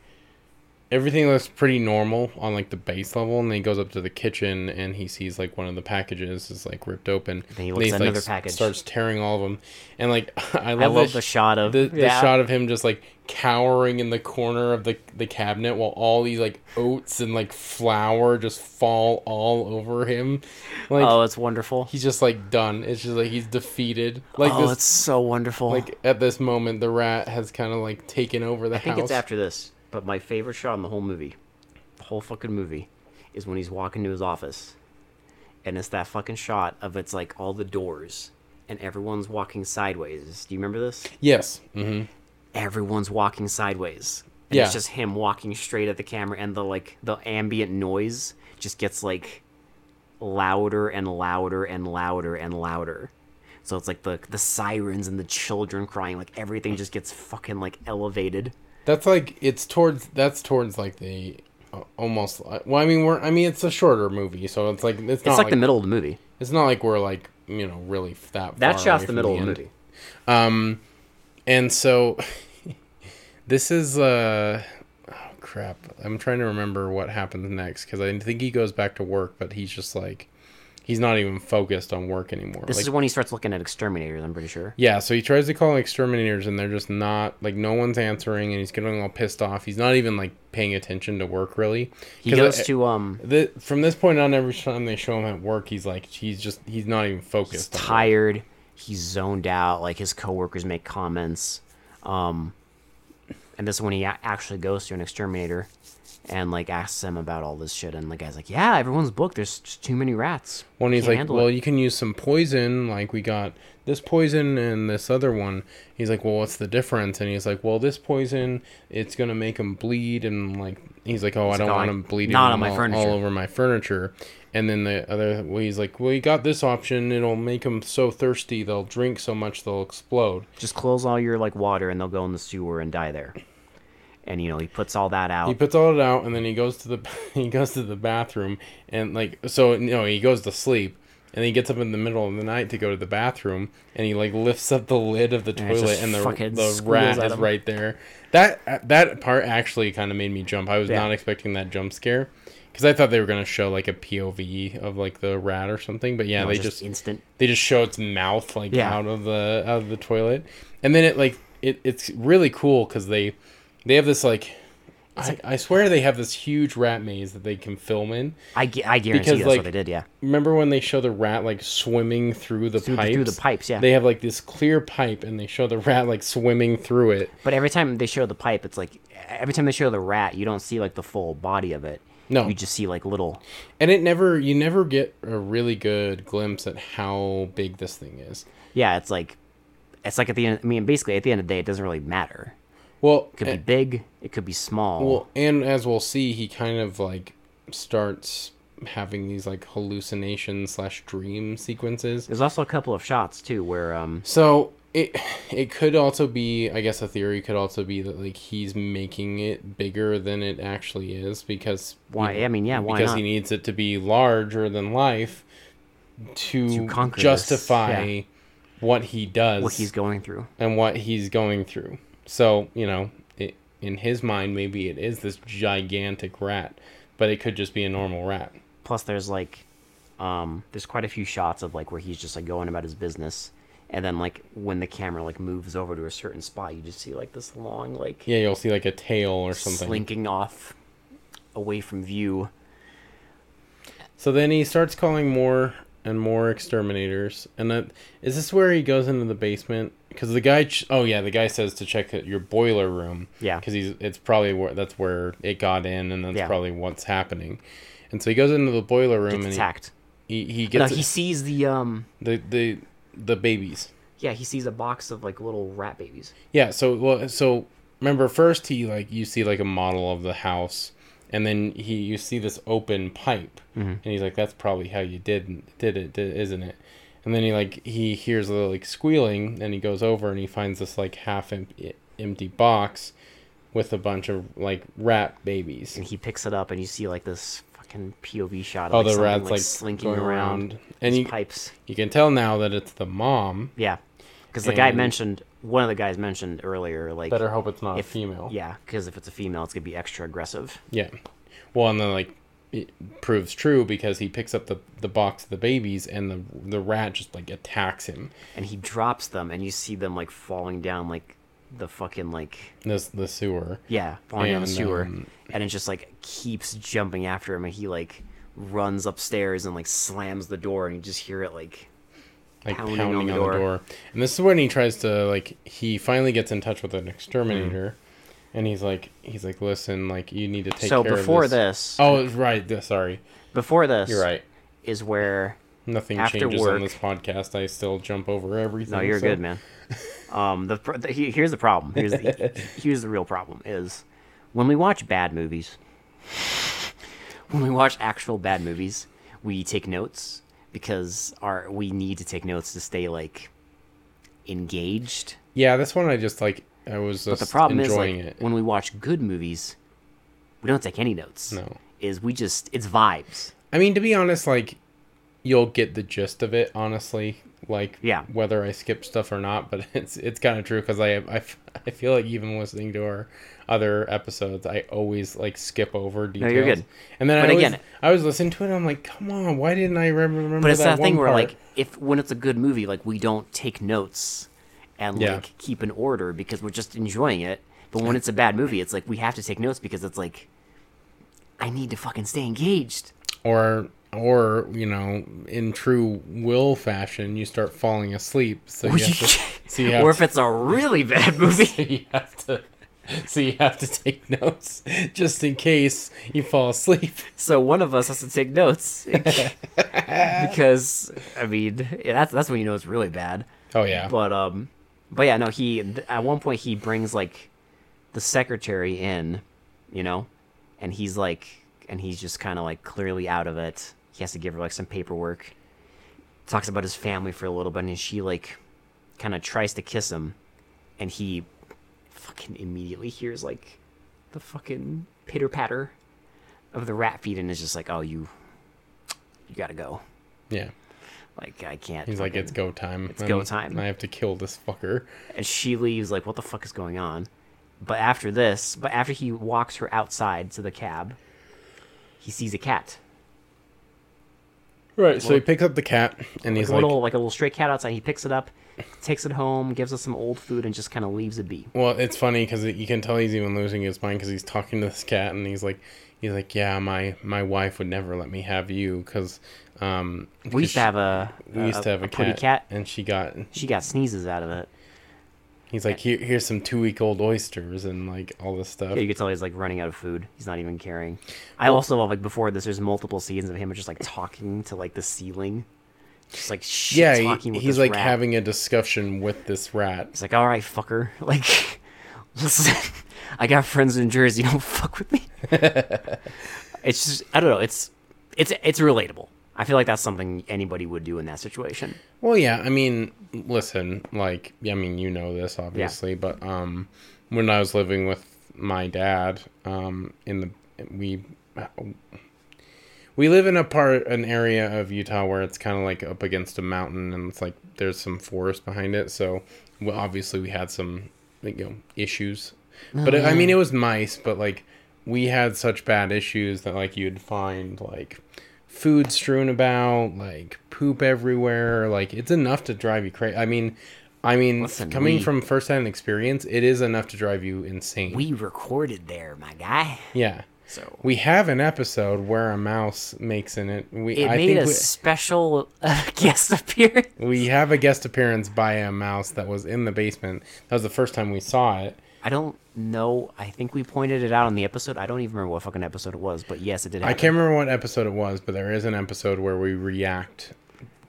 Speaker 1: everything looks pretty normal on like the base level, and then he goes up to the kitchen and he sees like one of the packages is like ripped open.
Speaker 2: Then he
Speaker 1: And
Speaker 2: looks
Speaker 1: he's,
Speaker 2: at
Speaker 1: like,
Speaker 2: another
Speaker 1: s-
Speaker 2: package.
Speaker 1: Starts tearing all of them, and like I love,
Speaker 2: I love
Speaker 1: sh-
Speaker 2: the shot of
Speaker 1: the, the
Speaker 2: yeah.
Speaker 1: shot of him just like cowering in the corner of the the cabinet while all these like oats and like flour just fall all over him. Like
Speaker 2: oh, it's wonderful.
Speaker 1: he's just like done. It's just like he's defeated. Like
Speaker 2: oh,
Speaker 1: this
Speaker 2: it's so wonderful.
Speaker 1: like at this moment the rat has kind of like taken over the
Speaker 2: I think
Speaker 1: house.
Speaker 2: it's after this, but my favorite shot in the whole movie, the whole fucking movie, is when he's walking to his office, and it's that fucking shot of it's like all the doors and everyone's walking sideways. Do you remember this?
Speaker 1: yes. hmm
Speaker 2: Everyone's walking sideways. And
Speaker 1: Yeah.
Speaker 2: It's just him walking straight at the camera, and the like the ambient noise just gets like louder and louder and louder and louder. So it's like the the sirens and the children crying, like everything just gets fucking like elevated.
Speaker 1: That's like it's towards that's towards like the uh, almost well I mean we're I mean it's a shorter movie so it's like it's not
Speaker 2: It's
Speaker 1: like,
Speaker 2: like the middle of the movie.
Speaker 1: it's not like we're like you know really that
Speaker 2: That
Speaker 1: far
Speaker 2: shot's
Speaker 1: away
Speaker 2: the
Speaker 1: from
Speaker 2: middle of
Speaker 1: end.
Speaker 2: the movie.
Speaker 1: And so this is uh oh crap. I'm trying to remember what happens next cuz I think he goes back to work but he's just like he's not even focused on work anymore.
Speaker 2: This
Speaker 1: like
Speaker 2: is when he starts looking at exterminators. I'm pretty sure.
Speaker 1: yeah, so he tries to call exterminators and they're just not like no one's answering and he's getting all pissed off. He's not even like paying attention to work really.
Speaker 2: He
Speaker 1: 'Cause
Speaker 2: goes
Speaker 1: I-
Speaker 2: to um
Speaker 1: the, from this point on, every time they show him at work, he's like, he's just, he's not even focused. on work.
Speaker 2: tired. He's zoned out. Like his coworkers make comments. Um, and this is when he a- actually goes to an exterminator, and like asks him about all this shit. And the guy's like, "Yeah, everyone's booked. There's just too many rats."
Speaker 1: When he's
Speaker 2: Can't
Speaker 1: like,
Speaker 2: handle
Speaker 1: well,
Speaker 2: it.
Speaker 1: you can use some poison. Like we got this poison and this other one. He's like, well, what's the difference? And he's like, well, this poison, it's gonna make him bleed. And like, he's like, oh, I don't
Speaker 2: like,
Speaker 1: want
Speaker 2: "Oh, I-
Speaker 1: him bleeding
Speaker 2: not
Speaker 1: all,
Speaker 2: on my
Speaker 1: all
Speaker 2: furniture."
Speaker 1: over my furniture. And then the other, well, he's like, well, you got this option. It'll make them so thirsty they'll drink so much they'll explode.
Speaker 2: Just close all your like water, and they'll go in the sewer and die there. And you know he puts all that out.
Speaker 1: He puts all it out, and then he goes to the he goes to the bathroom, and like so, no, he goes to sleep, and he gets up in the middle of the night to go to the bathroom, and he like lifts up the lid of the
Speaker 2: it just
Speaker 1: toilet, and the
Speaker 2: fucking
Speaker 1: the
Speaker 2: squeals
Speaker 1: rat
Speaker 2: at
Speaker 1: is
Speaker 2: him.
Speaker 1: right there. That that part actually kind of made me jump. I was
Speaker 2: Yeah.
Speaker 1: not expecting that jump scare because I thought they were gonna show like a POV of like the rat or something, but yeah,
Speaker 2: you know,
Speaker 1: they
Speaker 2: just,
Speaker 1: just
Speaker 2: instant.
Speaker 1: they just show its mouth like
Speaker 2: Yeah.
Speaker 1: out of the out of the toilet, and then it like it, it's really cool because they they have this like I, I swear they have this huge rat maze that they can film in.
Speaker 2: I, gu- I guarantee
Speaker 1: Because,
Speaker 2: that's
Speaker 1: like,
Speaker 2: what they did. Yeah.
Speaker 1: Remember when they show the rat like swimming through the
Speaker 2: Through the-
Speaker 1: pipes?
Speaker 2: through the pipes, yeah.
Speaker 1: They have like this clear pipe, and they show the rat like swimming through it.
Speaker 2: But every time they show the pipe, it's like every time they show the rat, you don't see like the full body of it.
Speaker 1: No.
Speaker 2: you just see like little.
Speaker 1: And it never you never get a really good glimpse at how big this thing is.
Speaker 2: Yeah, it's like it's like at the end. I mean, basically at the end of the day, it doesn't really matter.
Speaker 1: Well,
Speaker 2: It could
Speaker 1: a-
Speaker 2: be big. It could be small.
Speaker 1: Eh. Well, and as we'll see, he kind of like starts having these like hallucinations slash dream sequences.
Speaker 2: There's also a couple of shots too where um
Speaker 1: So it it could also be, I guess, a theory could also be that like he's making it bigger than it actually is because
Speaker 2: why I mean yeah why
Speaker 1: because
Speaker 2: not
Speaker 1: he needs it to be larger than life to,
Speaker 2: To conquer this,
Speaker 1: justify
Speaker 2: yeah.
Speaker 1: what he does
Speaker 2: what he's going through.
Speaker 1: and what he's going through. So, you know, it, in his mind, maybe it is this gigantic rat, but it could just be a normal rat.
Speaker 2: Plus, there's like um there's quite a few shots of like where he's just like going about his business, and then like when the camera like moves over to a certain spot, you just see like this long like
Speaker 1: Yeah, you'll see like a tail or something.
Speaker 2: slinking off away from view.
Speaker 1: So then he starts calling more and more exterminators. And that is this where he goes into the basement because the guy. Ch- oh yeah, the guy says to check it- your boiler room.
Speaker 2: Yeah.
Speaker 1: because he's it's probably where that's where it got in, and that's
Speaker 2: Yeah.
Speaker 1: probably what's happening. And so he goes into the boiler room
Speaker 2: Gets
Speaker 1: and he-
Speaker 2: attacked.
Speaker 1: he he,
Speaker 2: No,
Speaker 1: gets
Speaker 2: he sees the um.
Speaker 1: the the the babies.
Speaker 2: Yeah, he sees a box of like little rat babies.
Speaker 1: Yeah, so well, so remember first he like you see like a model of the house, and then he you see this open pipe,
Speaker 2: Mm-hmm.
Speaker 1: and he's like, "That's probably how you did did it, did, isn't it?" And then he like he hears the like squealing, and he goes over and he finds this like half em- e-, empty box with a bunch of like rat babies.
Speaker 2: and he picks it up and you see like this fucking POV shot of
Speaker 1: Oh,
Speaker 2: like,
Speaker 1: the
Speaker 2: something,
Speaker 1: rats
Speaker 2: like,
Speaker 1: like
Speaker 2: slinking
Speaker 1: going
Speaker 2: around,
Speaker 1: around, and
Speaker 2: these
Speaker 1: you
Speaker 2: pipes.
Speaker 1: you can tell now that it's the mom.
Speaker 2: Yeah, because the guy
Speaker 1: And-
Speaker 2: mentioned one of the guys mentioned earlier like
Speaker 1: Better hope it's not
Speaker 2: if
Speaker 1: a female.
Speaker 2: Yeah, because if it's a female, it's gonna be extra aggressive.
Speaker 1: Yeah. Well, and then like it proves true because he picks up the the box of the babies and the the rat just like attacks him.
Speaker 2: And he drops them and you see them like falling down like the fucking like
Speaker 1: This the sewer.
Speaker 2: yeah falling down the
Speaker 1: And,
Speaker 2: sewer,
Speaker 1: um,
Speaker 2: and it just like keeps jumping after him and he like runs upstairs and like slams the door and you just hear it like
Speaker 1: like
Speaker 2: Pounding
Speaker 1: pounding,
Speaker 2: on
Speaker 1: on,
Speaker 2: the
Speaker 1: the,
Speaker 2: door.
Speaker 1: door. And this is when he tries to like he finally gets in touch with an exterminator, and he's like he's like listen like you need to take
Speaker 2: Hmm. so
Speaker 1: care
Speaker 2: before
Speaker 1: of this.
Speaker 2: this,
Speaker 1: Oh it's right, th- sorry,
Speaker 2: before this
Speaker 1: you're right.
Speaker 2: is where
Speaker 1: Nothing
Speaker 2: After
Speaker 1: changes
Speaker 2: work-
Speaker 1: on this podcast. I still jump over everything.
Speaker 2: No, you're
Speaker 1: so-
Speaker 2: good, man. Um, the, pr- the he- here's the problem. Here's the, here's the real problem is when we watch bad movies. When we watch actual bad movies, we take notes because our we need to take notes to stay like engaged.
Speaker 1: Yeah, this one I just like I was just
Speaker 2: The problem is like
Speaker 1: enjoying it.
Speaker 2: when we watch good movies, we don't take any notes.
Speaker 1: No.
Speaker 2: is we just it's vibes.
Speaker 1: I mean, to be honest, like you'll get the gist of it, honestly. Like,
Speaker 2: Yeah.
Speaker 1: whether I skip stuff or not, but it's it's kind of true because I, I f- I feel like even listening to our other episodes, I always like skip over details.
Speaker 2: you're good.
Speaker 1: And then I
Speaker 2: But
Speaker 1: always,
Speaker 2: again-
Speaker 1: I was listening to it, and I'm like, come on, why didn't I rem- remember?
Speaker 2: But it's that,
Speaker 1: that,
Speaker 2: thing
Speaker 1: one
Speaker 2: where
Speaker 1: part?
Speaker 2: like if when it's a good movie, like we don't take notes and
Speaker 1: Yeah.
Speaker 2: like keep an order because we're just enjoying it. But when it's a bad movie, it's like we have to take notes because it's like I need to fucking stay engaged.
Speaker 1: or or you know, in true Will fashion, you start falling asleep. So you have to, so you have
Speaker 2: or
Speaker 1: to-
Speaker 2: if it's a really bad movie,
Speaker 1: you have to so you have to take notes just in case you fall asleep
Speaker 2: so one of us has to take notes because I mean yeah, that's that's when you know it's really bad.
Speaker 1: oh yeah
Speaker 2: But um, but yeah, no. He th- at one point he brings like the secretary in, you know, and he's like, and he's just kind of like clearly out of it. He has to give her like some paperwork. Talks about his family for a little bit, and she like kind of tries to kiss him, and he fucking immediately hears like the fucking pitter patter of the rat feet, and is just like, oh, you, you gotta go.
Speaker 1: yeah
Speaker 2: Like I can't.
Speaker 1: he's like
Speaker 2: fucking-
Speaker 1: it's go time it's
Speaker 2: go time.
Speaker 1: i have to kill this fucker
Speaker 2: and she leaves like what the fuck is going on but after this but after he walks her outside to the cab he sees a cat
Speaker 1: right so he picks up the cat and
Speaker 2: like
Speaker 1: he's
Speaker 2: a
Speaker 1: like
Speaker 2: little like a little stray cat outside he picks it up takes it home gives us some old food and just kind of leaves it be
Speaker 1: well it's funny because you can tell he's even losing his mind because he's talking to this cat and he's like he's like yeah my my wife would never let me have you because um
Speaker 2: we used to have a
Speaker 1: we used to have a,
Speaker 2: pretty
Speaker 1: cat,
Speaker 2: cat
Speaker 1: and she got
Speaker 2: she got sneezes out of it
Speaker 1: he's like Here, here's some two-week-old oysters and like all this stuff
Speaker 2: yeah, you could tell he's like running out of food he's not even caring i also love like before this there's multiple scenes of him just like talking to like the ceiling just like shit
Speaker 1: yeah,
Speaker 2: talking
Speaker 1: he,
Speaker 2: with
Speaker 1: he's
Speaker 2: this
Speaker 1: like
Speaker 2: rat.
Speaker 1: having a discussion with this rat.
Speaker 2: It's like, all right, fucker. Like, listen, I got friends in Jersey. Don't fuck with me. it's just, I don't know. It's, it's, it's relatable. I feel like that's something anybody would do in that situation.
Speaker 1: Well, yeah, I mean, listen, like, I mean, you know this obviously, but um, when I was living with my dad, um, in the we we live in a part an area of Utah where it's kind of like up against a mountain and it's like there's some forest behind it. So well, obviously we had some like, you know issues, but
Speaker 2: Oh,
Speaker 1: it, I mean it was mice. But like we had such bad issues that like you'd find like food strewn about, like poop everywhere. Like it's enough to drive you crazy. I mean. I mean,
Speaker 2: Listen,
Speaker 1: coming
Speaker 2: we-
Speaker 1: from first-hand experience, it is enough to drive you insane.
Speaker 2: We recorded there, my guy.
Speaker 1: yeah,
Speaker 2: So
Speaker 1: We have an episode where a mouse makes in it. We
Speaker 2: it
Speaker 1: I
Speaker 2: made a
Speaker 1: think
Speaker 2: special uh, guest appearance.
Speaker 1: we, we have a guest appearance by a mouse that was in the basement. That was the first time we saw it.
Speaker 2: I don't know. I think we pointed it out on the episode. I don't even remember what fucking episode it was, but yes, it did.
Speaker 1: I
Speaker 2: Happen.
Speaker 1: can't remember what episode it was, but there is an episode where we react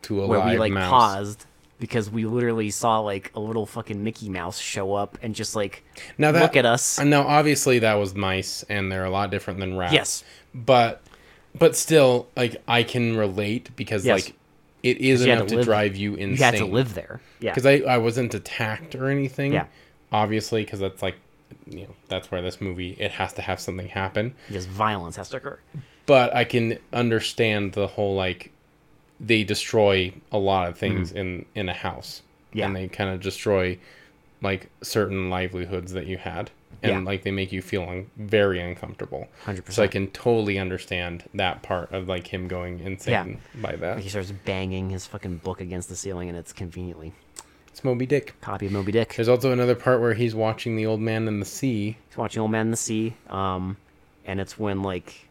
Speaker 1: to a
Speaker 2: where
Speaker 1: live
Speaker 2: we like
Speaker 1: mouse.
Speaker 2: paused because we literally saw like a little fucking Mickey Mouse show up and just like
Speaker 1: Now that Uh,
Speaker 2: look at us.
Speaker 1: No, obviously that was mice, and they're a lot different than rats.
Speaker 2: Yes.
Speaker 1: but but still, like I can relate because
Speaker 2: Yes.
Speaker 1: like it is
Speaker 2: you had
Speaker 1: enough
Speaker 2: to
Speaker 1: to,
Speaker 2: live-
Speaker 1: drive you insane.
Speaker 2: You had to live there. Yeah.
Speaker 1: because I I wasn't attacked or anything.
Speaker 2: Yeah.
Speaker 1: obviously because that's like you know that's where this movie it has to have something happen.
Speaker 2: just violence has to occur.
Speaker 1: But I can understand the whole like they destroy a lot of things in in a house.
Speaker 2: Mm. Yeah.
Speaker 1: and they kind of destroy like certain livelihoods that you had and
Speaker 2: Yeah.
Speaker 1: like they make you feel un- very uncomfortable
Speaker 2: 100%.
Speaker 1: so i can totally understand that part of like him going insane by that
Speaker 2: He starts banging his fucking book against the ceiling, and it's conveniently
Speaker 1: it's moby dick
Speaker 2: copy of Moby Dick.
Speaker 1: there's also another part where he's watching the old man and the sea
Speaker 2: He's watching Old Man in the Sea, um, and it's when like,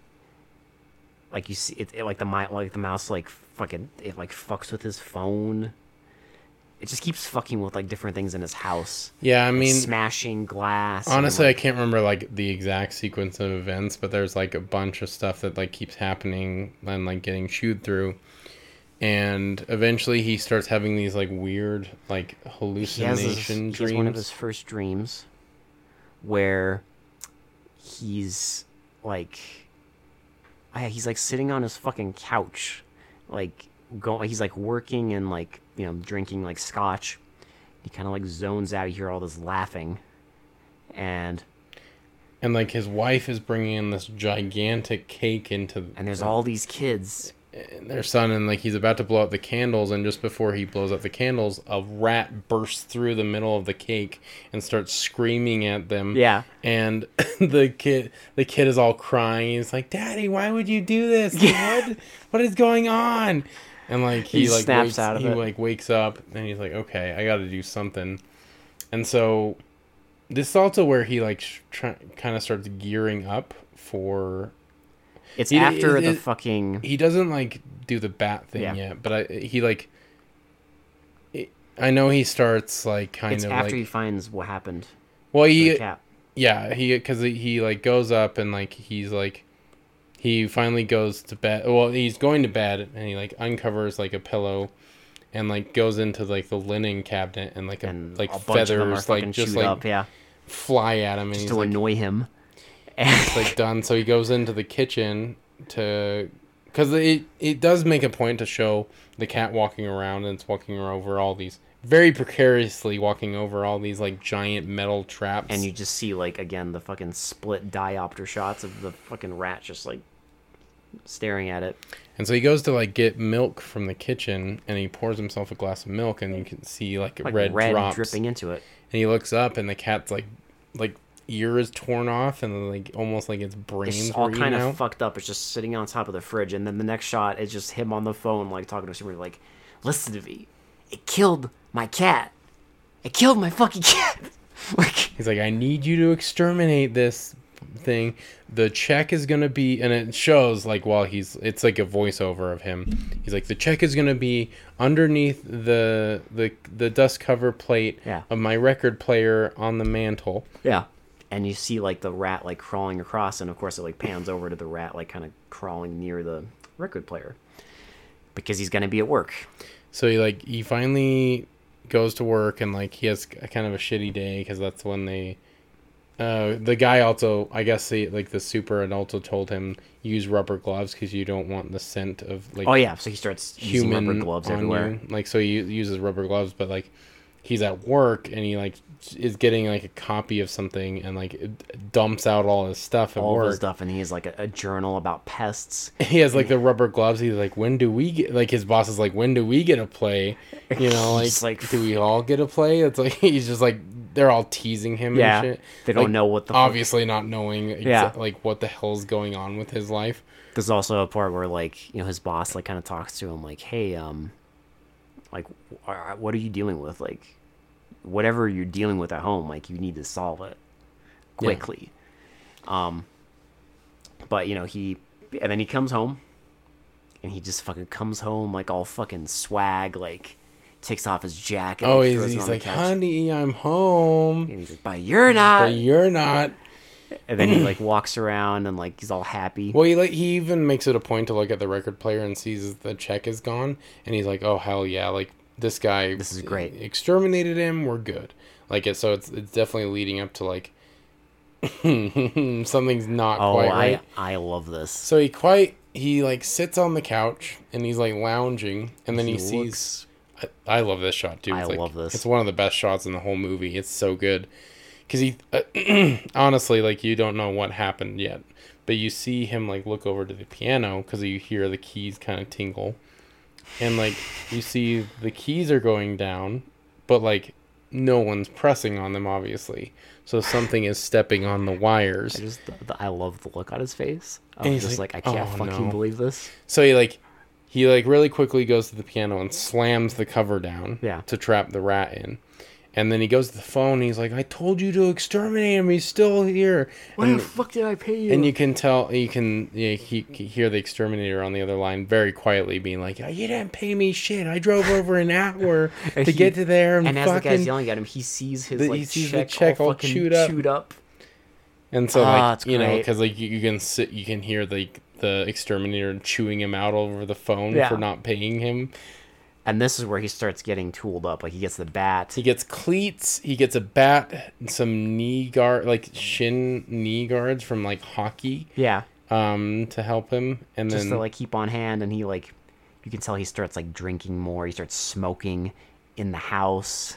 Speaker 2: like you see it, it like the mi- like the mouse like fucking it like fucks with his phone. It just keeps fucking with like different things in his house,
Speaker 1: yeah i mean
Speaker 2: smashing glass. and,
Speaker 1: honestly i
Speaker 2: like,
Speaker 1: can't remember like the exact sequence of events but there's like a bunch of stuff that like keeps happening and like getting chewed through and eventually he starts having these like weird like
Speaker 2: he has, his,
Speaker 1: hallucination
Speaker 2: he has
Speaker 1: dreams
Speaker 2: one of his first dreams, where he's like, I- he's like sitting on his fucking couch, like going. He's like working and like you know drinking like scotch. He kind of like zones out. You hear all this laughing, and
Speaker 1: and like his wife is bringing in this gigantic cake into
Speaker 2: and there's all these kids.
Speaker 1: their son and like he's about to blow out the candles and just before he blows out the candles a rat bursts through the middle of the cake and starts screaming at them
Speaker 2: Yeah.
Speaker 1: and the kid the kid is all crying he's like daddy why would you do this what what is going on and like he,
Speaker 2: He
Speaker 1: like
Speaker 2: snaps
Speaker 1: wakes,
Speaker 2: out of
Speaker 1: he
Speaker 2: it.
Speaker 1: like wakes up and he's like okay i gotta do something and so this is also where he like sh- try, kind of starts gearing up for
Speaker 2: It's
Speaker 1: It-
Speaker 2: after
Speaker 1: it-
Speaker 2: the
Speaker 1: it-
Speaker 2: fucking
Speaker 1: he doesn't like do the bat thing
Speaker 2: Yeah.
Speaker 1: yet, but I he like. it- I know he starts like kind
Speaker 2: it's
Speaker 1: of
Speaker 2: after he
Speaker 1: like
Speaker 2: finds what happened.
Speaker 1: well
Speaker 2: to the
Speaker 1: he
Speaker 2: cat.
Speaker 1: yeah he because he like goes up and like he's like he finally goes to bed well he's going to bed and he like uncovers like a pillow and like goes into like the linen cabinet and like a,
Speaker 2: and
Speaker 1: like
Speaker 2: a bunch of them are
Speaker 1: feathers
Speaker 2: fucking
Speaker 1: like just
Speaker 2: chewed
Speaker 1: like
Speaker 2: up, yeah,
Speaker 1: fly at him and
Speaker 2: just
Speaker 1: he's
Speaker 2: to
Speaker 1: like,
Speaker 2: annoy him.
Speaker 1: like done. So he goes into the kitchen to, because it it does make a point to show the cat walking around and it's walking over all these very precariously walking over all these like giant metal traps.
Speaker 2: and you just see like again the fucking split diopter shots of the fucking rat just like staring at it.
Speaker 1: and so he goes to like get milk from the kitchen and he pours himself a glass of milk and you can see like,
Speaker 2: Like
Speaker 1: red,
Speaker 2: red,
Speaker 1: drops.
Speaker 2: dripping into it.
Speaker 1: And he looks up and the cat's like like ear is torn off and like almost like its
Speaker 2: It's
Speaker 1: brains
Speaker 2: just all
Speaker 1: were
Speaker 2: kind
Speaker 1: eaten
Speaker 2: of
Speaker 1: out.
Speaker 2: fucked up. It's just sitting on top of the fridge, and then the next shot is just him on the phone, like talking to somebody, like, "Listen to me, it killed my cat. It killed my fucking cat." like,
Speaker 1: He's like, I need you to exterminate this thing. The check is gonna be, and it shows like while he's, it's like a voiceover of him. He's like, the check is gonna be underneath the the the dust cover plate
Speaker 2: Yeah.
Speaker 1: of my record player on the mantle.
Speaker 2: yeah. And you see like the rat like crawling across, and of course it like pans over to the rat like kind of crawling near the record player because he's gonna be at work.
Speaker 1: So he like he finally goes to work and like he has a kind of a shitty day because that's when they. Uh, the guy also, I guess, the like the super adult also told him use rubber gloves because you don't want the scent of like
Speaker 2: Oh yeah, so he starts using
Speaker 1: human
Speaker 2: rubber gloves
Speaker 1: on
Speaker 2: everywhere.
Speaker 1: you. Like so, he uses rubber gloves, but like he's at work and he like is getting like a copy of something and like it dumps out all his stuff at
Speaker 2: All
Speaker 1: work.
Speaker 2: this stuff, and he has like a, a journal about pests.
Speaker 1: He has like the rubber gloves. He's like, when do we get? Like his boss is like, when do we get a play? You know, like,
Speaker 2: He's like-
Speaker 1: do we all get a play? It's like he's just like they're all teasing him.
Speaker 2: Yeah,
Speaker 1: and shit.
Speaker 2: they don't
Speaker 1: Like,
Speaker 2: know what the. fuck-
Speaker 1: Obviously, not knowing exa-
Speaker 2: Yeah.
Speaker 1: like what the hell's going on with his life.
Speaker 2: There's also a part where like you know his boss like kind of talks to him like, hey, um, like wh- are- what are you dealing with? Like, whatever you're dealing with at home, like you need to solve it quickly. Um, But you know he, and then he comes home, and he just fucking comes home like all fucking swag, like takes off his jacket.
Speaker 1: Oh,
Speaker 2: like,
Speaker 1: he's,
Speaker 2: throws it
Speaker 1: he's
Speaker 2: on the
Speaker 1: like,
Speaker 2: couch.
Speaker 1: honey, I'm home,
Speaker 2: and he's like, "But you're not."
Speaker 1: but you're not.
Speaker 2: and then he like walks around and like he's all happy.
Speaker 1: Well, he like he even makes it a point to look at the record player and sees the check is gone, and he's like, "Oh hell yeah! Like this guy,
Speaker 2: This is great.
Speaker 1: Exterminated him. We're good. Like it. So it's it's definitely leading up to like something's not
Speaker 2: oh,
Speaker 1: quite right.
Speaker 2: I I love this.
Speaker 1: So he quite he like sits on the couch and he's like lounging, and then he,
Speaker 2: He
Speaker 1: sees. I, I love this shot too.
Speaker 2: I
Speaker 1: It's, like,
Speaker 2: love this.
Speaker 1: It's one of the best shots in the whole movie. It's so good because he uh, honestly like you don't know what happened yet, but you see him like look over to the piano because you hear the keys kind of tingle, and like you see the keys are going down, but like no one's pressing on them obviously. So something is stepping on the wires.
Speaker 2: I just the, the- I love the look on his face. I
Speaker 1: And
Speaker 2: was
Speaker 1: he's
Speaker 2: just like,
Speaker 1: like,
Speaker 2: I can't
Speaker 1: "Oh,
Speaker 2: fucking
Speaker 1: no."
Speaker 2: believe this.
Speaker 1: So he like he like really quickly goes to the piano and slams the cover down
Speaker 2: Yeah.
Speaker 1: to trap the rat in. And then he goes to the phone and he's like, I told you to exterminate him, he's still here.
Speaker 2: Why
Speaker 1: and,
Speaker 2: the fuck did I pay you?
Speaker 1: and you can tell you can you he, he hear the exterminator on the other line very quietly being like, You didn't pay me shit. I drove over an hour to
Speaker 2: And he-
Speaker 1: get to there and,
Speaker 2: and as the
Speaker 1: fucking
Speaker 2: guy's yelling at him, he sees his
Speaker 1: The-
Speaker 2: like
Speaker 1: he sees the
Speaker 2: check,
Speaker 1: check
Speaker 2: all,
Speaker 1: all
Speaker 2: fucking
Speaker 1: chewed up.
Speaker 2: chewed up.
Speaker 1: And so,
Speaker 2: Ah,
Speaker 1: like,
Speaker 2: it's
Speaker 1: you know,
Speaker 2: great.
Speaker 1: because like you, you can sit, you can hear like the exterminator chewing him out over the phone
Speaker 2: Yeah.
Speaker 1: for not paying him.
Speaker 2: And this is where he starts getting tooled up. Like he gets the bat.
Speaker 1: He gets cleats. He gets a bat, and some knee guard, like shin knee guards from like hockey,
Speaker 2: Yeah,
Speaker 1: um, to help him. And
Speaker 2: just
Speaker 1: then
Speaker 2: to like keep on hand. And he like, you can tell he starts like drinking more. He starts smoking in the house.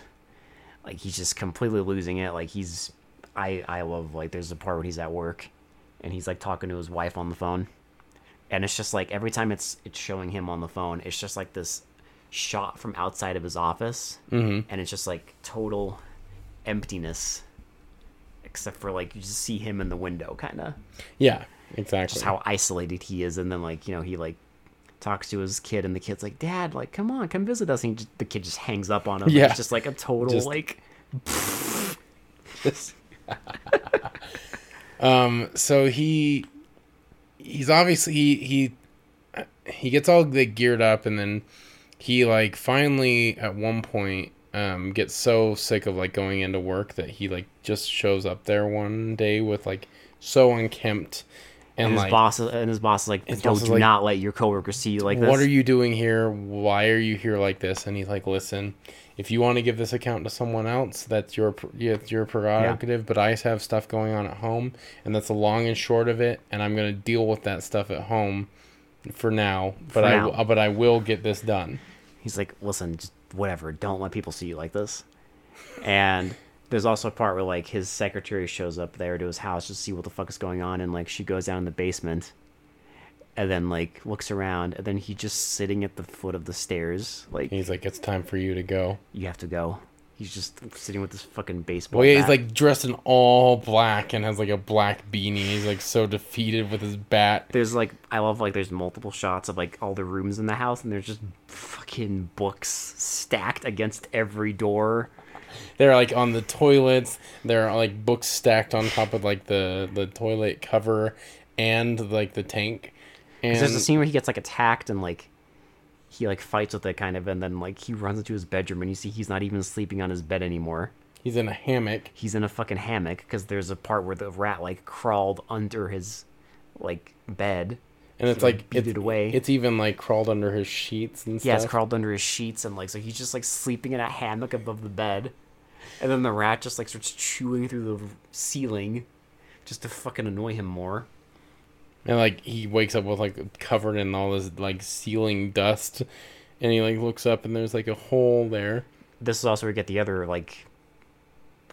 Speaker 2: Like he's just completely losing it. Like he's, I I love like there's a part when he's at work, and he's like talking to his wife on the phone, and it's just like every time it's it's showing him on the phone, it's just like this shot from outside of his office,
Speaker 1: Mm-hmm.
Speaker 2: and it's just like total emptiness. Except for like you just see him in the window, kind of
Speaker 1: yeah, exactly.
Speaker 2: just how isolated he is and then like you know he like talks to his kid and the kid's like dad like come on come visit us and he just, the kid just hangs up on him
Speaker 1: Yeah.
Speaker 2: it's just like a total
Speaker 1: Just-
Speaker 2: like
Speaker 1: um, so he, he's obviously he he he gets all like geared up, and then he like finally at one point um gets so sick of like going into work that he like just shows up there one day with like so unkempt and,
Speaker 2: and his
Speaker 1: like
Speaker 2: boss is, and his boss is like no
Speaker 1: boss is
Speaker 2: do
Speaker 1: like,
Speaker 2: not let your coworkers see you like this
Speaker 1: what are you doing here? Why are you here like this? And he's like, listen, if you want to give this account to someone else, that's your pr- yeah, it's your prerogative. But I have stuff going on at home, and that's the long and short of it. And I'm gonna deal with that stuff at home for now. But I
Speaker 2: now.
Speaker 1: w- but I will get this done.
Speaker 2: he's like listen just whatever don't let people see you like this and there's also a part where like his secretary shows up there to his house to see what the fuck is going on and like she goes down in the basement and then like looks around and then he just sitting at the foot of the stairs like
Speaker 1: And he's like, it's time for you to go.
Speaker 2: you have to go. He's just sitting with this fucking baseball.
Speaker 1: Well, yeah, he's
Speaker 2: bat.
Speaker 1: like dressed in all black and has like a black beanie. He's like so defeated with his bat.
Speaker 2: there's like I love like there's multiple shots of like all the rooms in the house, and there's just fucking books stacked against every door.
Speaker 1: They're like on the toilets. There are like books stacked on top of like the the toilet cover and like the tank. And
Speaker 2: 'Cause There's a scene where he gets like attacked and like he like fights with it kind of, and then like he runs into his bedroom, and you see he's not even sleeping on his bed anymore.
Speaker 1: he's in a hammock.
Speaker 2: He's in a fucking hammock because there's a part where the rat like crawled under his like bed.
Speaker 1: And it's like
Speaker 2: beat
Speaker 1: it's,
Speaker 2: it away.
Speaker 1: It's even like crawled under his sheets and stuff.
Speaker 2: Yeah, it's crawled under his sheets and like so he's just like sleeping in a hammock above the bed, and then the rat just like starts chewing through the ceiling, just to fucking annoy him more.
Speaker 1: And like he wakes up with like covered in all this like ceiling dust, and he like looks up and there's like a hole there.
Speaker 2: This is also where we get the other like,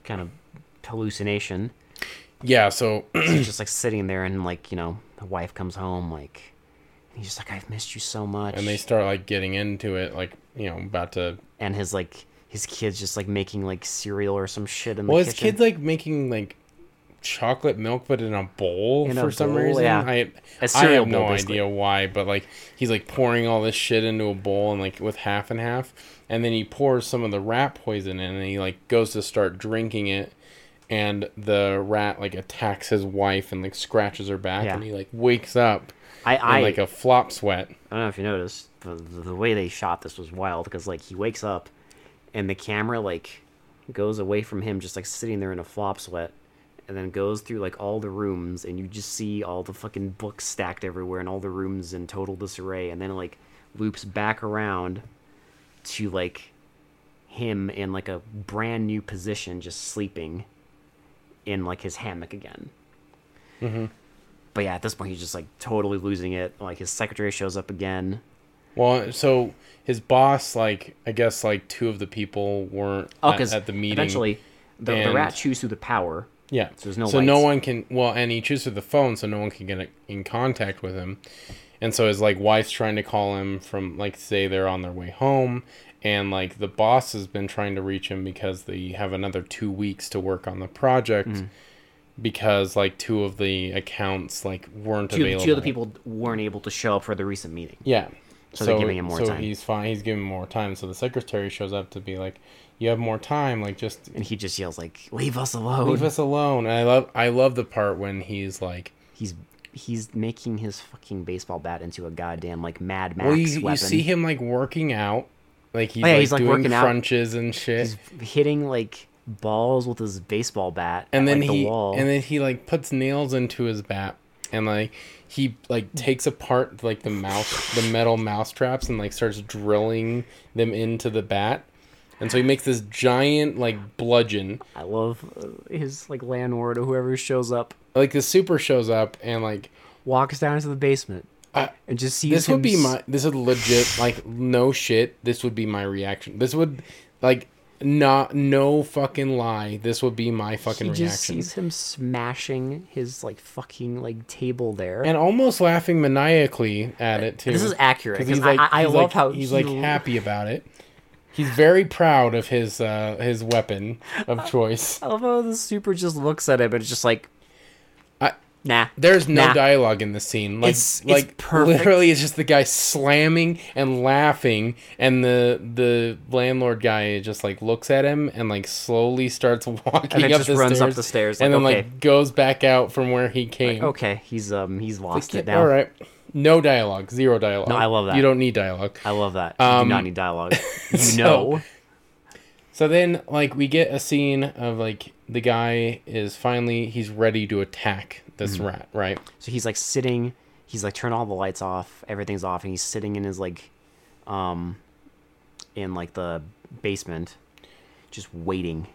Speaker 2: kind of hallucination.
Speaker 1: Yeah. So
Speaker 2: So he's just like sitting there and like you know the wife comes home like, and he's just like I've missed you so much.
Speaker 1: and they start like getting into it, like you know about to.
Speaker 2: and his like his kids just like making like cereal or some shit in the
Speaker 1: Well, his
Speaker 2: kitchen.
Speaker 1: kid's like making like chocolate milk, but in a bowl
Speaker 2: In a
Speaker 1: for some
Speaker 2: bowl,
Speaker 1: reason.
Speaker 2: yeah.
Speaker 1: I
Speaker 2: A
Speaker 1: I
Speaker 2: cereal
Speaker 1: have
Speaker 2: bowl,
Speaker 1: no
Speaker 2: basically.
Speaker 1: idea why, but like he's like pouring all this shit into a bowl and like with half and half, and then he pours some of the rat poison in, and he like goes to start drinking it, and the rat like attacks his wife and like scratches her back
Speaker 2: Yeah.
Speaker 1: and he like wakes up
Speaker 2: I I,
Speaker 1: in like a flop sweat.
Speaker 2: I don't know if you noticed, but the, the way they shot this was wild because like he wakes up, and the camera like goes away from him, just like sitting there in a flop sweat, and then goes through like all the rooms, and you just see all the fucking books stacked everywhere, and all the rooms in total disarray, and then it, like loops back around to like him in like a brand new position, just sleeping in like his hammock again. But yeah, at this point he's just like totally losing it. Like his secretary shows up again.
Speaker 1: Well, so his boss, like I guess, like two of the people weren't
Speaker 2: Oh,
Speaker 1: at,
Speaker 2: because
Speaker 1: at the meeting.
Speaker 2: Eventually, the, the
Speaker 1: and-
Speaker 2: rat chews through the power.
Speaker 1: yeah.
Speaker 2: so there's no
Speaker 1: So no
Speaker 2: lights.
Speaker 1: one can. Well, and he chews through the phone, so no one can get in contact with him. And so his like wife's trying to call him from like say they're on their way home, and like the boss has been trying to reach him because they have another two weeks to work on the project.
Speaker 2: Mm.
Speaker 1: Because like two of the accounts like weren't
Speaker 2: Two,
Speaker 1: available.
Speaker 2: two of the people weren't able to show up for the recent meeting.
Speaker 1: Yeah.
Speaker 2: So they're giving him more
Speaker 1: so
Speaker 2: time.
Speaker 1: he's fine. He's giving him more time. So the secretary shows up to be like, "You have more time. Like just
Speaker 2: And he just yells like, "Leave us alone!"
Speaker 1: leave us alone." And I love I love the part when he's like,
Speaker 2: He's he's making his fucking baseball bat into a goddamn like Mad Max
Speaker 1: "Well, you,
Speaker 2: weapon.
Speaker 1: you see him like working out, like he's,
Speaker 2: Oh, yeah,
Speaker 1: like,
Speaker 2: he's, like,
Speaker 1: doing
Speaker 2: working out.
Speaker 1: crunches and shit."
Speaker 2: He's hitting like balls with his baseball bat
Speaker 1: and
Speaker 2: at,
Speaker 1: then
Speaker 2: like,
Speaker 1: he
Speaker 2: the wall.
Speaker 1: and then he like puts nails into his bat and like he like takes apart like the mouse the metal mouse traps and like starts drilling them into the bat. And so he makes this giant like bludgeon
Speaker 2: I love uh, his like landlord or whoever shows up
Speaker 1: like the super shows up and like
Speaker 2: walks down into the basement
Speaker 1: I-
Speaker 2: and just sees
Speaker 1: this would be
Speaker 2: him
Speaker 1: my this would legit like no shit this would be my reaction this would like not no fucking lie this would be my fucking
Speaker 2: He just
Speaker 1: reaction
Speaker 2: sees him smashing his like fucking like table there.
Speaker 1: and almost laughing maniacally at it too
Speaker 2: this is accurate because
Speaker 1: he's like
Speaker 2: I, I
Speaker 1: he's
Speaker 2: love
Speaker 1: like-
Speaker 2: how
Speaker 1: he's
Speaker 2: he-
Speaker 1: like happy about it he's very proud of his uh his weapon of choice
Speaker 2: I love how the super just looks at him and it's just like,
Speaker 1: I-
Speaker 2: nah.
Speaker 1: There's no
Speaker 2: nah.
Speaker 1: dialogue in the scene. Like,
Speaker 2: It's- it's
Speaker 1: like
Speaker 2: perfect.
Speaker 1: literally, it's just the guy slamming and laughing, and the the landlord guy just like looks at him and like slowly starts walking
Speaker 2: then
Speaker 1: up
Speaker 2: just
Speaker 1: the
Speaker 2: runs
Speaker 1: stairs,
Speaker 2: up the stairs,
Speaker 1: and
Speaker 2: like,
Speaker 1: then
Speaker 2: okay.
Speaker 1: like goes back out from where he came.
Speaker 2: Okay, he's um he's lost it
Speaker 1: Okay,
Speaker 2: now.
Speaker 1: All right, no dialogue, zero dialogue.
Speaker 2: No, I love that.
Speaker 1: You don't need dialogue.
Speaker 2: I love that. You
Speaker 1: Um,
Speaker 2: do not need dialogue. You know.
Speaker 1: So then, like, we get a scene of like the guy is finally he's ready to attack this
Speaker 2: Mm-hmm.
Speaker 1: rat, right?
Speaker 2: So he's like sitting. He's like turn all the lights off. Everything's off, and he's sitting in his like, um, in like the basement, just waiting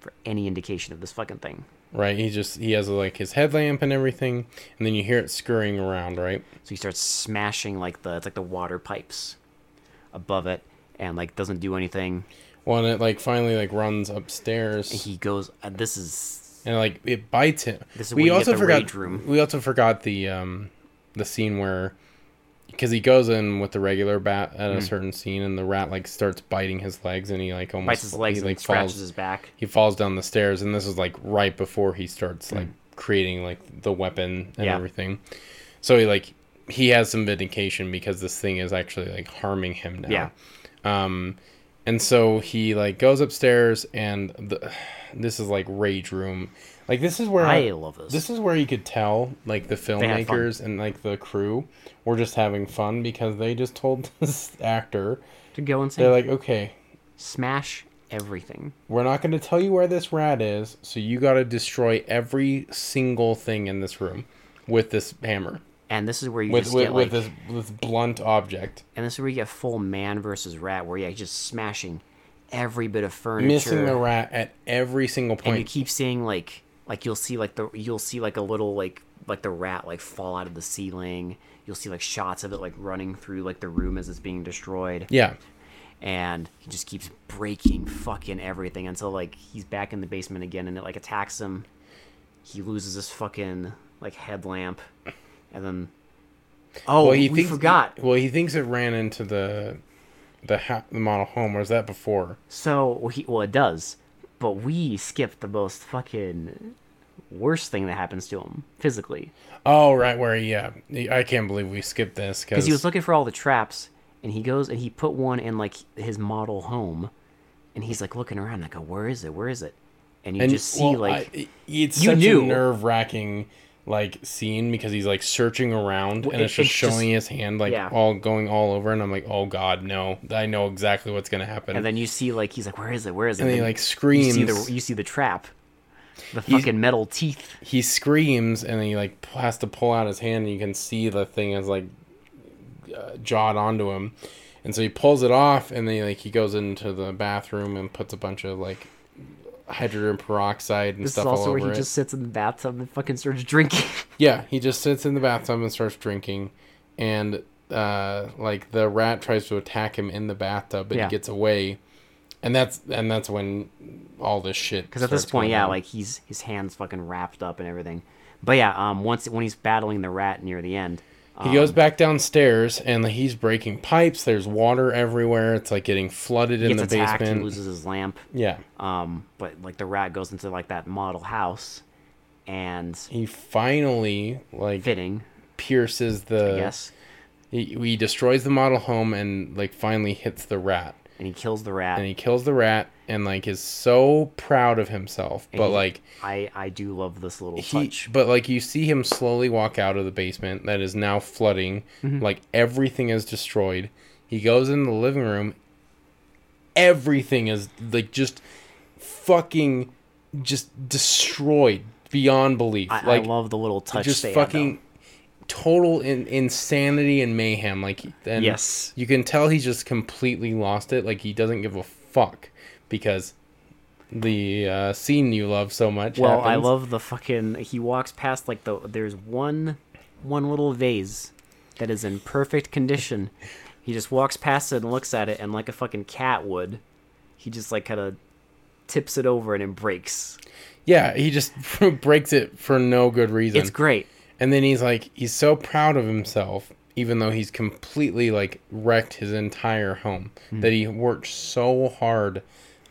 Speaker 2: for any indication of this fucking thing.
Speaker 1: Right, he just he has like his headlamp and everything, and then you hear it scurrying around, right?
Speaker 2: So he starts smashing like the it's like the water pipes above it, and like doesn't do anything.
Speaker 1: Well, and it like finally like runs upstairs
Speaker 2: He goes. Uh, this is
Speaker 1: and like it bites him.
Speaker 2: This is when
Speaker 1: we
Speaker 2: you get
Speaker 1: also
Speaker 2: the
Speaker 1: forgot.
Speaker 2: rage room.
Speaker 1: We also forgot the um the scene where because he goes in with the regular bat at
Speaker 2: Mm.
Speaker 1: a certain scene, and the rat like starts biting his legs, and he like almost
Speaker 2: bites his legs
Speaker 1: he,
Speaker 2: and like,
Speaker 1: falls,
Speaker 2: scratches his back.
Speaker 1: He falls down the stairs, and this is like right before he starts like creating like the weapon and
Speaker 2: Hmm. Yeah.
Speaker 1: everything. So he like he has some vindication because this thing is actually like harming him now.
Speaker 2: Yeah.
Speaker 1: And so he like goes upstairs, and the, this is like rage room. Like this is where
Speaker 2: I love this.
Speaker 1: This is where you could tell like the
Speaker 2: had fun.
Speaker 1: filmmakers and like the crew were just having fun because they just told this actor
Speaker 2: To go and
Speaker 1: they're like, okay,
Speaker 2: smash everything.
Speaker 1: we're not going to tell you where this rat is, so you got to destroy every single thing in this room with this hammer,
Speaker 2: And this is where you
Speaker 1: with
Speaker 2: just
Speaker 1: with,
Speaker 2: get
Speaker 1: with
Speaker 2: like,
Speaker 1: this this blunt object,
Speaker 2: and this is where you get full man versus rat, where you're just smashing every bit of furniture.
Speaker 1: missing the rat at every single point.
Speaker 2: and you keep seeing like like you'll see like the you'll see like a little like like the rat like fall out of the ceiling you'll see like shots of it like running through like the room as it's being destroyed
Speaker 1: yeah.
Speaker 2: and he just keeps breaking fucking everything until like he's back in the basement again and it like attacks him he loses his fucking like headlamp and then oh
Speaker 1: Well, he
Speaker 2: we
Speaker 1: thinks
Speaker 2: forgot
Speaker 1: well, he thinks it ran into the the, ha- the model home, or is that before?
Speaker 2: So well, he well it does, but we skip the most fucking worst thing that happens to him physically
Speaker 1: Oh, right where yeah. I can't believe we skipped this
Speaker 2: because
Speaker 1: because
Speaker 2: he was looking for all the traps and he goes and he put one in like his model home, and he's like looking around like, oh, where is it? Where is it? and you just see
Speaker 1: well,
Speaker 2: like
Speaker 1: I- it's
Speaker 2: you
Speaker 1: such
Speaker 2: knew.
Speaker 1: a nerve wracking like scene because he's like searching around
Speaker 2: Well,
Speaker 1: and
Speaker 2: it-
Speaker 1: it's just
Speaker 2: it's just-
Speaker 1: showing his hand like
Speaker 2: yeah.
Speaker 1: all going all over and I'm like oh god no I know exactly what's gonna happen
Speaker 2: and
Speaker 1: and,
Speaker 2: then you see like he's like where is it where is it
Speaker 1: then he
Speaker 2: And
Speaker 1: like
Speaker 2: you
Speaker 1: screams
Speaker 2: see the you see the trap the fucking metal teeth
Speaker 1: he screams and then he like p- has to pull out his hand and you can see the thing is like uh, jawed onto him and so he pulls it off and then like he goes into the bathroom and puts a bunch of like hydrogen peroxide and
Speaker 2: this is
Speaker 1: stuff all
Speaker 2: also
Speaker 1: over
Speaker 2: where he
Speaker 1: it.
Speaker 2: just sits in the bathtub and fucking starts drinking
Speaker 1: Yeah, he just sits in the bathtub and starts drinking, and uh, like the rat tries to attack him in the bathtub, but
Speaker 2: Yeah.
Speaker 1: he gets away, and that's and that's when all this shit.
Speaker 2: Because at this point, yeah, like he's his hands fucking wrapped up and everything. But yeah, um, once when he's battling the rat near the end,
Speaker 1: he
Speaker 2: um,
Speaker 1: goes back downstairs and he's breaking pipes. There's water everywhere. It's like getting flooded
Speaker 2: he
Speaker 1: in
Speaker 2: gets
Speaker 1: the
Speaker 2: attacked and
Speaker 1: basement.
Speaker 2: loses his lamp.
Speaker 1: Yeah,
Speaker 2: Um, but like the rat goes into like that model house, and
Speaker 1: he finally like
Speaker 2: fitting,
Speaker 1: pierces the.
Speaker 2: yes,
Speaker 1: He, he destroys the model home and like finally hits the rat.
Speaker 2: and he kills the rat.
Speaker 1: And he kills the rat and like is so proud of himself, but
Speaker 2: he-
Speaker 1: like
Speaker 2: I I do love this little
Speaker 1: he,
Speaker 2: touch.
Speaker 1: but like you see him slowly walk out of the basement that is now flooding
Speaker 2: Mm-hmm.
Speaker 1: like everything is destroyed he goes in the living room everything is like just fucking just destroyed beyond belief
Speaker 2: I,
Speaker 1: like
Speaker 2: I love the little touch.
Speaker 1: just
Speaker 2: they add, though.
Speaker 1: fucking total in, insanity and mayhem like and
Speaker 2: Yes.
Speaker 1: you can tell he's just completely lost it like he doesn't give a fuck because the uh, scene you love so much
Speaker 2: Well, I
Speaker 1: happens.
Speaker 2: love the fucking. He walks past like the. There's one, one little vase, that is in perfect condition. he just walks past it and looks at it, and like a fucking cat would, he just like kind of, tips it over and it breaks.
Speaker 1: Yeah, he just breaks it for no good reason.
Speaker 2: It's great.
Speaker 1: and then he's like, he's so proud of himself, even though he's completely like wrecked his entire home
Speaker 2: Hmm.
Speaker 1: that he worked so hard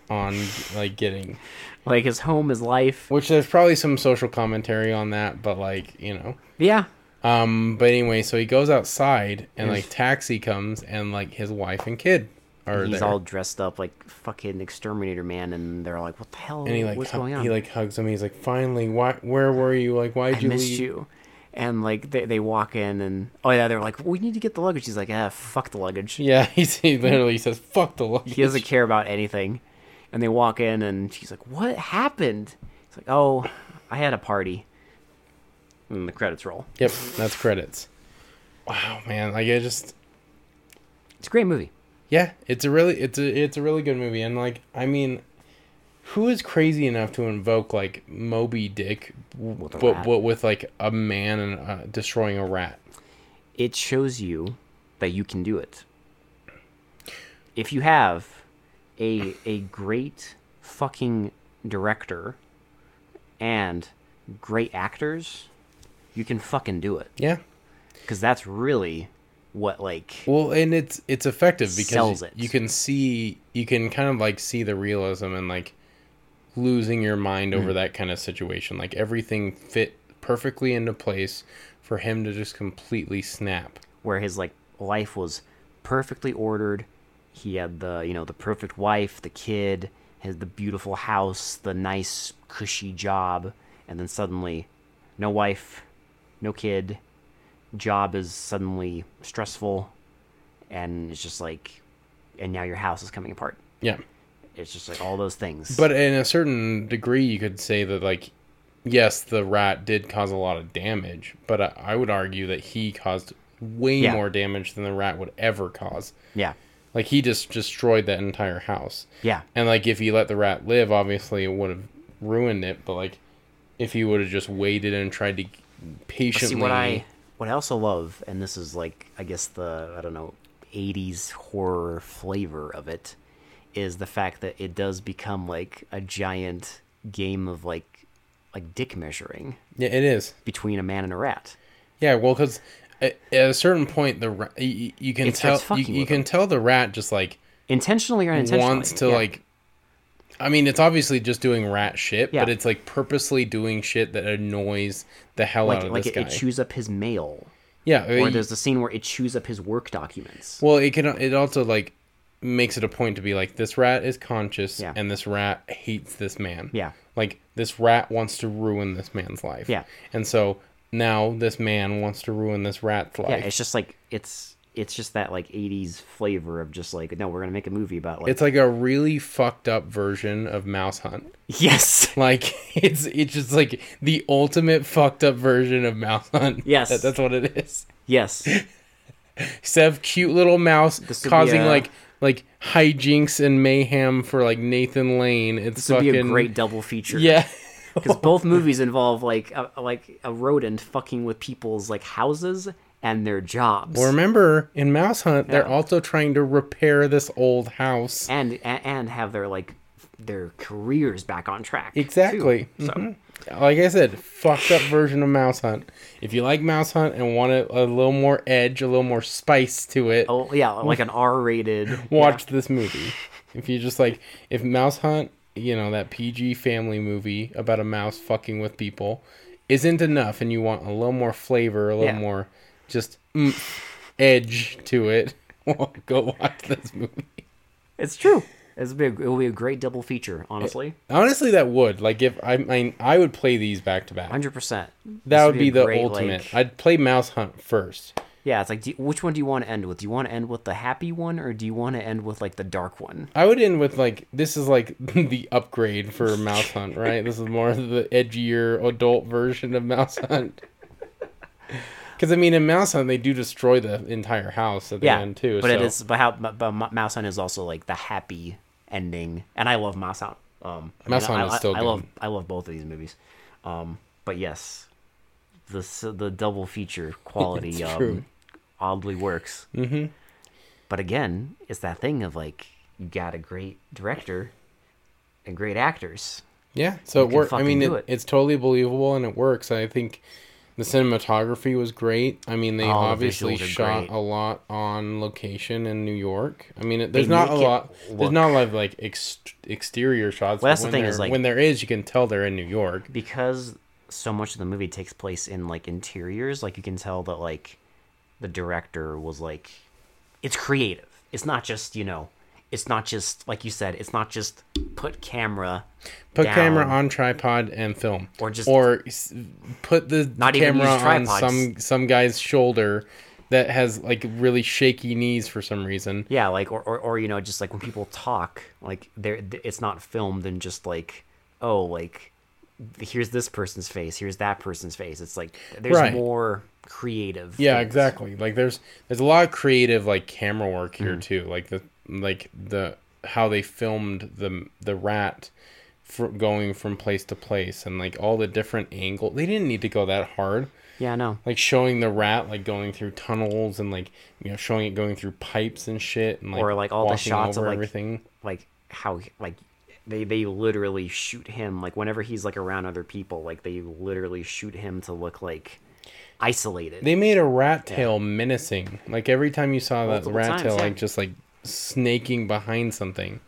Speaker 1: on like getting.
Speaker 2: Like his home, his life.
Speaker 1: Which there's probably some social commentary on that, but like you know.
Speaker 2: Yeah.
Speaker 1: Um, but anyway, so he goes outside and like taxi comes and like his wife and kid are
Speaker 2: He's
Speaker 1: there.
Speaker 2: all dressed up like fucking exterminator man, and they're like, "What the hell?
Speaker 1: and he like
Speaker 2: What's
Speaker 1: hu-
Speaker 2: going on?"
Speaker 1: he like hugs him. He's like, finally, why? Where were you? Like, why'd
Speaker 2: I
Speaker 1: you
Speaker 2: missed
Speaker 1: leave?
Speaker 2: you. And like they, they walk in and oh yeah they're like we need to get the luggage. He's like ah fuck the luggage.
Speaker 1: Yeah, he's, he literally says, "Fuck the luggage."
Speaker 2: He doesn't care about anything. And they walk in, and she's like, "What happened?" He's like, "Oh, I had a party." And the credits roll.
Speaker 1: Yep, that's credits. Wow, man! Like I just,
Speaker 2: It's a great movie.
Speaker 1: yeah, it's a really, it's a, it's a really good movie, and like, I mean, who is crazy enough to invoke like Moby Dick, w-
Speaker 2: a
Speaker 1: but
Speaker 2: rat.
Speaker 1: but with like a man and uh, destroying a rat?
Speaker 2: It shows you that you can do it. If you have a a great fucking director and great actors, you can fucking do it.
Speaker 1: Yeah.
Speaker 2: Because that's really what like
Speaker 1: Well, and it's it's effective because
Speaker 2: Sells it.
Speaker 1: you can see, you can kind of like see the realism and like losing your mind
Speaker 2: Hmm.
Speaker 1: over that kind of situation. Like everything fit perfectly into place for him to just completely snap.
Speaker 2: where his like life was perfectly ordered. He had the you know the perfect wife, the kid, his the beautiful house, the nice cushy job, and then suddenly, no wife, no kid, job is suddenly stressful, and it's just like, and now your house is coming apart.
Speaker 1: Yeah.
Speaker 2: It's just like all those things.
Speaker 1: But in a certain degree, you could say that, like, yes, the rat did cause a lot of damage, but I, I would argue that he caused way
Speaker 2: Yeah.
Speaker 1: more damage than the rat would ever cause.
Speaker 2: yeah,
Speaker 1: Like, he just destroyed that entire house.
Speaker 2: yeah,
Speaker 1: And, like, if he let the rat live, obviously it would have ruined it, but, like, if he would have just waited and tried to patiently.
Speaker 2: See what I what I also love, and this is like I guess the I don't know '80s horror flavor of it, is the fact that it does become like a giant game of like like dick measuring
Speaker 1: Yeah, it is.
Speaker 2: between a man and a rat.
Speaker 1: Yeah, well, because at, at a certain point, the ra- you, you- you can
Speaker 2: It
Speaker 1: tell
Speaker 2: starts
Speaker 1: you,
Speaker 2: fucking
Speaker 1: you
Speaker 2: with
Speaker 1: can
Speaker 2: him.
Speaker 1: tell the rat just like
Speaker 2: Intentionally or unintentionally,
Speaker 1: wants to
Speaker 2: yeah.
Speaker 1: like I mean it's obviously just doing rat shit, but
Speaker 2: Yeah.
Speaker 1: it's like purposely doing shit that annoys the hell
Speaker 2: like
Speaker 1: out of
Speaker 2: like
Speaker 1: oh, this
Speaker 2: it,
Speaker 1: guy.
Speaker 2: it chews up his mail,
Speaker 1: yeah,
Speaker 2: or
Speaker 1: it-
Speaker 2: there's the scene where it chews up his work documents.
Speaker 1: well, it can it also like makes it a point to be like this rat is conscious
Speaker 2: Yeah.
Speaker 1: and this rat hates this man.
Speaker 2: Yeah.
Speaker 1: like this rat wants to ruin this man's life.
Speaker 2: Yeah.
Speaker 1: And so now this man wants to ruin this rat's life.
Speaker 2: Yeah, it's just like it's it's just that like '80s flavor of just like no, we're gonna make a movie about like
Speaker 1: it's like a really fucked up version of Mouse Hunt.
Speaker 2: yes,
Speaker 1: Like it's it's just like the ultimate fucked up version of Mouse Hunt.
Speaker 2: Yes.
Speaker 1: That- that's what it is.
Speaker 2: yes,
Speaker 1: Sev cute little mouse
Speaker 2: would be
Speaker 1: causing
Speaker 2: a-
Speaker 1: like like hijinks and mayhem for like Nathan Lane. It's
Speaker 2: this would
Speaker 1: fucking
Speaker 2: be a great double feature.
Speaker 1: yeah.
Speaker 2: because both movies involve like a, like a rodent fucking with people's like houses and their jobs.
Speaker 1: Well, remember in Mouse Hunt, they're
Speaker 2: Yeah.
Speaker 1: also trying to repair this old house.
Speaker 2: and and, and have their like their careers back on track. too.
Speaker 1: Exactly. Mm-hmm.
Speaker 2: So
Speaker 1: Like I said, fucked up version of Mouse Hunt. If you like Mouse Hunt and want a, a little more edge, a little more spice to it,
Speaker 2: oh yeah, like an R-rated.
Speaker 1: watch this movie. If you just like, if Mouse Hunt, you know, that PG family movie about a mouse fucking with people isn't enough and you want a little more flavor, a little
Speaker 2: Yeah.
Speaker 1: more just mm, edge to it, go watch this movie.
Speaker 2: It's true. It's be a, it'll be a great double feature, honestly.
Speaker 1: Honestly, that would like if I mean I would play these back to back.
Speaker 2: Hundred percent.
Speaker 1: That would be the ultimate.
Speaker 2: ultimate.
Speaker 1: I'd play Mouse Hunt first.
Speaker 2: Yeah, it's like, do you- which one do you want to end with? Do you want to end with the happy one, or do you want to end with like the dark one?
Speaker 1: I would end with like this is like the upgrade for Mouse Hunt, right? this is more of the edgier adult version of Mouse Hunt. Because I mean, in Mouse Hunt, they do destroy the entire house at the
Speaker 2: Yeah,
Speaker 1: end too.
Speaker 2: but
Speaker 1: so.
Speaker 2: it is. But how? But, but Mo- Mouse Hunt is also like the happy ending, and I love Mouse Hunt. Um, I
Speaker 1: Mouse Hunt
Speaker 2: I,
Speaker 1: is still
Speaker 2: I, I
Speaker 1: good.
Speaker 2: love I love both of these movies. Um, but yes, the s- the double feature quality
Speaker 1: true.
Speaker 2: um, oddly works. Mm-hmm. But again, it's that thing of like you got a great director and great actors.
Speaker 1: Yeah, so it
Speaker 2: can
Speaker 1: worked. I
Speaker 2: fucking
Speaker 1: mean,
Speaker 2: do
Speaker 1: it,
Speaker 2: it.
Speaker 1: it's totally believable and it works. I think the cinematography was great. I mean, they
Speaker 2: the
Speaker 1: obviously
Speaker 2: visuals are
Speaker 1: shot
Speaker 2: great.
Speaker 1: a lot on location in New York. I mean, it, there's
Speaker 2: They
Speaker 1: not a
Speaker 2: make it
Speaker 1: lot. There's
Speaker 2: look-
Speaker 1: not a lot of like ex- exterior shots.
Speaker 2: Well, that's
Speaker 1: but
Speaker 2: the
Speaker 1: when
Speaker 2: thing is,
Speaker 1: there-
Speaker 2: like-
Speaker 1: when there is, you can tell they're in New York.
Speaker 2: because so much of the movie takes place in like interiors like you can tell that like the director was like it's creative it's not just you know it's not just like you said it's not just put camera
Speaker 1: Put
Speaker 2: down.
Speaker 1: camera on tripod and film,
Speaker 2: Or just-
Speaker 1: or s- put the
Speaker 2: Not even
Speaker 1: camera
Speaker 2: use
Speaker 1: on
Speaker 2: tripods.
Speaker 1: some some guy's shoulder that has like really shaky knees for some reason.
Speaker 2: yeah like or, or, or you know just like when people talk like there it's not filmed and just like oh like here's this person's face here's that person's face it's like there's
Speaker 1: Right.
Speaker 2: more creative
Speaker 1: yeah
Speaker 2: things.
Speaker 1: exactly like there's there's a lot of creative like camera work here
Speaker 2: Mm.
Speaker 1: too like the like the how they filmed the the rat for going from place to place and like all the different angle they didn't need to go that hard
Speaker 2: yeah no
Speaker 1: like showing the rat like going through tunnels and like you know showing it going through pipes and shit and like
Speaker 2: Or, like, all the
Speaker 1: walking
Speaker 2: shots of,
Speaker 1: over
Speaker 2: like-
Speaker 1: everything
Speaker 2: like how like they they literally shoot him like whenever he's like around other people like they literally shoot him to look like isolated
Speaker 1: they made a rat tail menacing like every time you saw that
Speaker 2: Multiple
Speaker 1: rat
Speaker 2: times,
Speaker 1: tail
Speaker 2: yeah.
Speaker 1: like just like snaking behind something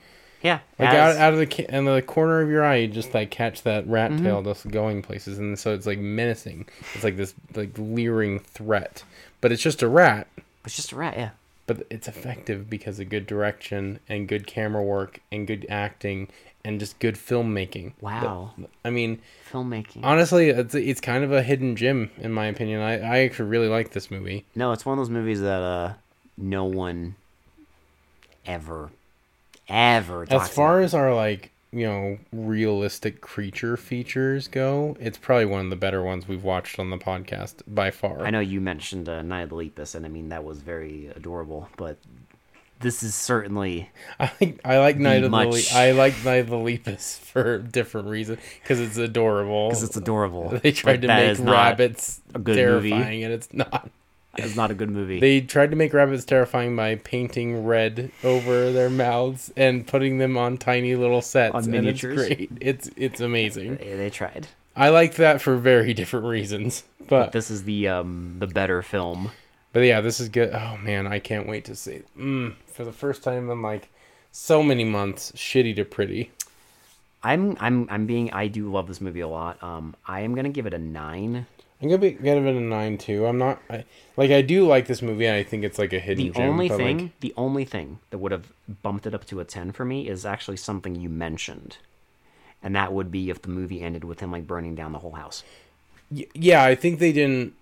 Speaker 2: yeah
Speaker 1: Like
Speaker 2: as-
Speaker 1: out, out of the ca- in the corner of your eye, you just like catch that rat
Speaker 2: Mm-hmm.
Speaker 1: tail just going places, and so it's like menacing. It's like this like leering threat, but it's just a rat.
Speaker 2: it's just a rat yeah
Speaker 1: But it's effective because of good direction and good camera work and good acting and just good filmmaking.
Speaker 2: Wow.
Speaker 1: I mean,
Speaker 2: filmmaking
Speaker 1: honestly, it's it's kind of a hidden gem in my opinion. I I actually really like this movie.
Speaker 2: no it's one of those movies that uh no one ever ever talks
Speaker 1: As far as our like you know realistic creature features go, it's probably one of the better ones we've watched on the podcast by far.
Speaker 2: about. i know you mentioned uh, night of the lepus and i mean that was very adorable but this is certainly
Speaker 1: I like I like Night of the
Speaker 2: much.
Speaker 1: Le- I like Night of the Lepus for different reasons because it's adorable.
Speaker 2: 'cause it's adorable
Speaker 1: they tried
Speaker 2: Like,
Speaker 1: to
Speaker 2: that
Speaker 1: make
Speaker 2: is not-
Speaker 1: rabbits
Speaker 2: a good movie.
Speaker 1: terrifying, and it's not.
Speaker 2: it's not a good movie
Speaker 1: They tried to make rabbits terrifying by painting red over their mouths and putting them on tiny little sets.
Speaker 2: On
Speaker 1: and it's
Speaker 2: miniatures.
Speaker 1: great. It's it's amazing.
Speaker 2: they, they tried
Speaker 1: I like that for very different reasons, but
Speaker 2: this is the um the better film
Speaker 1: But yeah, this is good. Oh man, I can't wait to see. Mm, for the first time in like so many months, shitty to pretty.
Speaker 2: I'm I'm I'm being I do love this movie a lot. Um I am gonna give it a nine.
Speaker 1: I'm gonna be give it a nine too. I'm not I, like I do like this movie. and I think it's like a hidden
Speaker 2: The
Speaker 1: gem.
Speaker 2: only
Speaker 1: but, like,
Speaker 2: thing the only thing that would have bumped it up to a ten for me is actually something you mentioned. and that would be if the movie ended with him like burning down the whole house.
Speaker 1: Y- yeah, I think they didn't.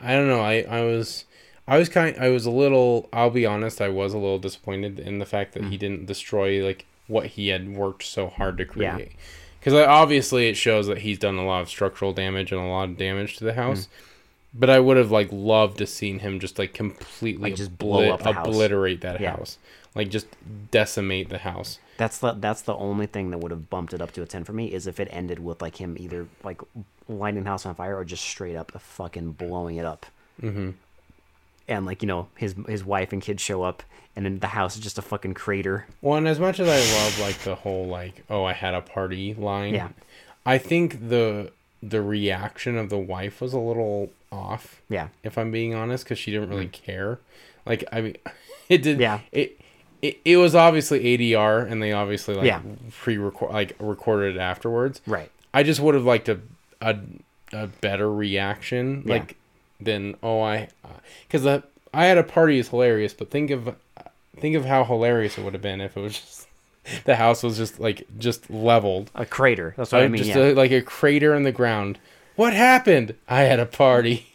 Speaker 1: I don't know. I, I was I was kind. I was a little. I'll be honest. I was a little disappointed in the fact that he
Speaker 2: Mm.
Speaker 1: didn't destroy like what he had worked so hard to
Speaker 2: Yeah.
Speaker 1: create. Because obviously it shows that he's done a lot of structural damage and a lot of damage to the house.
Speaker 2: Mm.
Speaker 1: But I would have like loved to seen him just like completely
Speaker 2: Like, just blow
Speaker 1: obli-
Speaker 2: up the house.
Speaker 1: obliterate that
Speaker 2: Yeah.
Speaker 1: house, like just decimate the house.
Speaker 2: That's the that's the only thing that would have bumped it up to a ten for me is if it ended with like him either like lighting the house on fire or just straight up fucking blowing it up. Mm-hmm. And like you know his his wife and kids show up and then the house is just a fucking crater.
Speaker 1: Well, and as much as I love like the whole like oh I had a party line,
Speaker 2: Yeah.
Speaker 1: I think the the reaction of the wife was a little off.
Speaker 2: Yeah.
Speaker 1: if I'm being honest, because she didn't really care. Like I mean, it did.
Speaker 2: Mm. Yeah.
Speaker 1: It. It, it was obviously ADR, and they obviously like
Speaker 2: Yeah.
Speaker 1: pre-record, like recorded it afterwards.
Speaker 2: Right.
Speaker 1: I just would have liked a a, a better reaction,
Speaker 2: Yeah.
Speaker 1: like than oh I, because the I had a party is hilarious, but think of think of how hilarious it would have been if it was just the house was just like just leveled,
Speaker 2: A crater. That's what I,
Speaker 1: Uh,
Speaker 2: mean.
Speaker 1: just
Speaker 2: yeah.
Speaker 1: a, like a crater in the ground. What happened? I had a party.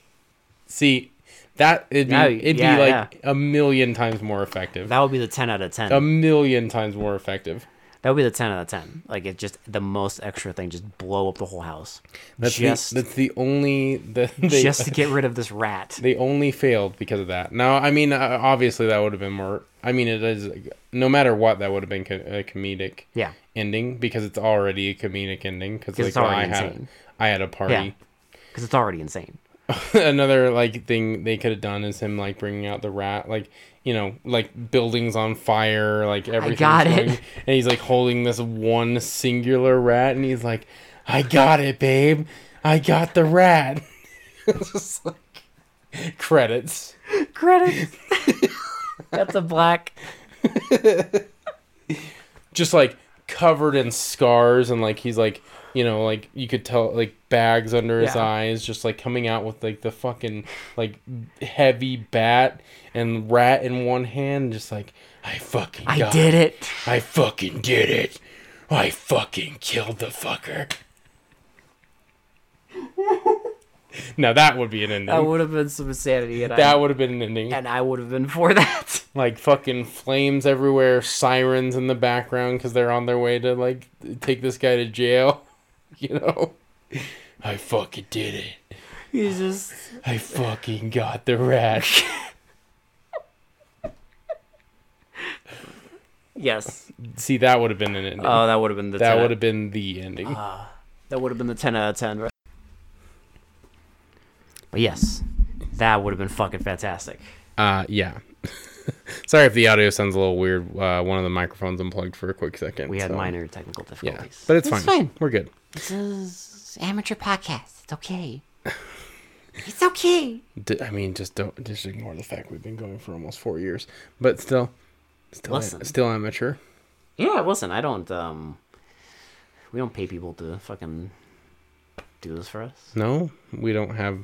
Speaker 1: See, that it'd be
Speaker 2: Now-
Speaker 1: it'd
Speaker 2: yeah,
Speaker 1: be like
Speaker 2: yeah.
Speaker 1: a million times more effective.
Speaker 2: that would be the ten out of ten.
Speaker 1: a million times more effective.
Speaker 2: that would be the ten out of ten. Like it just the most extra thing, just blow up the whole house.
Speaker 1: That's
Speaker 2: just
Speaker 1: the, that's the only the, they,
Speaker 2: just to get rid of this rat.
Speaker 1: they only failed because of that. Now, I mean, uh, obviously that would have been more. I mean, it is no matter what that would have been co- a comedic
Speaker 2: Yeah.
Speaker 1: ending because it's already a comedic ending because
Speaker 2: 'Cause
Speaker 1: like
Speaker 2: it's
Speaker 1: well, I
Speaker 2: already
Speaker 1: had
Speaker 2: insane.
Speaker 1: I had a
Speaker 2: Yeah.
Speaker 1: party.
Speaker 2: Because it's already insane.
Speaker 1: Another like thing they could have done is him like bringing out the rat, like you know, like buildings on fire, like everything.
Speaker 2: got it.
Speaker 1: And he's like holding this one singular rat, and he's like, "I got it, babe. I got the rat." it's just like credits.
Speaker 2: Credits. That's a black.
Speaker 1: just like covered in scars and like he's like you know like you could tell like bags under his
Speaker 2: Yeah.
Speaker 1: eyes just like coming out with like the fucking like heavy bat and rat in one hand just like i fucking
Speaker 2: I did it.
Speaker 1: i fucking did it i fucking killed the fucker now that would be an ending
Speaker 2: That
Speaker 1: that would,
Speaker 2: would have been some insanity, and, I,
Speaker 1: have been an ending
Speaker 2: and I would have been for that.
Speaker 1: like fucking flames everywhere, sirens in the background because they're on their way to like take this guy to jail. You know, I fucking did it.
Speaker 2: He's just
Speaker 1: I fucking got the rash.
Speaker 2: yes.
Speaker 1: See, that would have been an ending.
Speaker 2: Oh, that would have been the
Speaker 1: that
Speaker 2: 10
Speaker 1: would have been the ending.
Speaker 2: Uh, ah, that would have been the ten out of ten. right? But yes, that would have been fucking fantastic.
Speaker 1: Uh, yeah. Sorry if the audio sounds a little weird. Uh, one of the microphones unplugged for a quick second.
Speaker 2: We had
Speaker 1: so-
Speaker 2: minor technical
Speaker 1: Yeah,
Speaker 2: difficulties.
Speaker 1: but it's,
Speaker 3: It's
Speaker 1: fine.
Speaker 3: fine.
Speaker 1: We're good.
Speaker 3: This is amateur podcast. It's okay. It's okay.
Speaker 1: D- I mean, just don't just ignore the fact we've been going for almost four years, but still, still,
Speaker 2: Listen.
Speaker 1: still amateur.
Speaker 2: Yeah, listen, I don't. um We don't pay people to fucking do this for us.
Speaker 1: No, we don't have.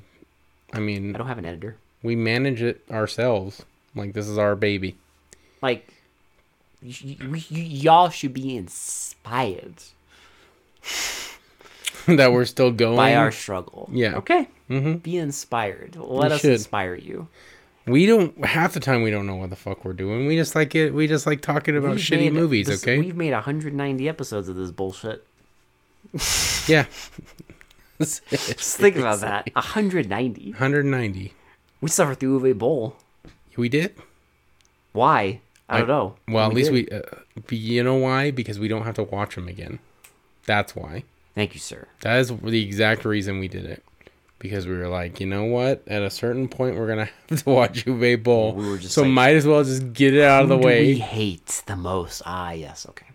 Speaker 1: I mean,
Speaker 2: I don't have an editor.
Speaker 1: we manage it ourselves. Like this is our baby.
Speaker 2: Like, y- y- y- y'all should be inspired
Speaker 1: that we're still going.
Speaker 2: by our struggle.
Speaker 1: Yeah. Mm-hmm.
Speaker 2: Okay. Be inspired. Let
Speaker 1: We
Speaker 2: us
Speaker 1: should.
Speaker 2: inspire you.
Speaker 1: we don't half the time we don't know what the fuck we're doing. We just like it. We just like talking about
Speaker 2: We've
Speaker 1: shitty
Speaker 2: made
Speaker 1: movies.
Speaker 2: this-
Speaker 1: okay.
Speaker 2: We've made 190 episodes of this bullshit.
Speaker 1: Yeah.
Speaker 2: Just think about that. 190.
Speaker 1: 190.
Speaker 2: We suffered through UV Bowl.
Speaker 1: We did.
Speaker 2: Why? I don't know.
Speaker 1: Well, at
Speaker 2: We
Speaker 1: least
Speaker 2: did.
Speaker 1: we. Uh, be- you know why? Because we don't have to watch them again. That's why.
Speaker 2: Thank you, sir.
Speaker 1: That is the exact reason we did it. Because we were like, you know what? At a certain point, we're gonna have to watch Uwe Bowl.
Speaker 2: We were just
Speaker 1: so
Speaker 2: like,
Speaker 1: might as well just get it out of the
Speaker 2: Who do
Speaker 1: way.
Speaker 2: we hate the most. Ah, yes. Okay.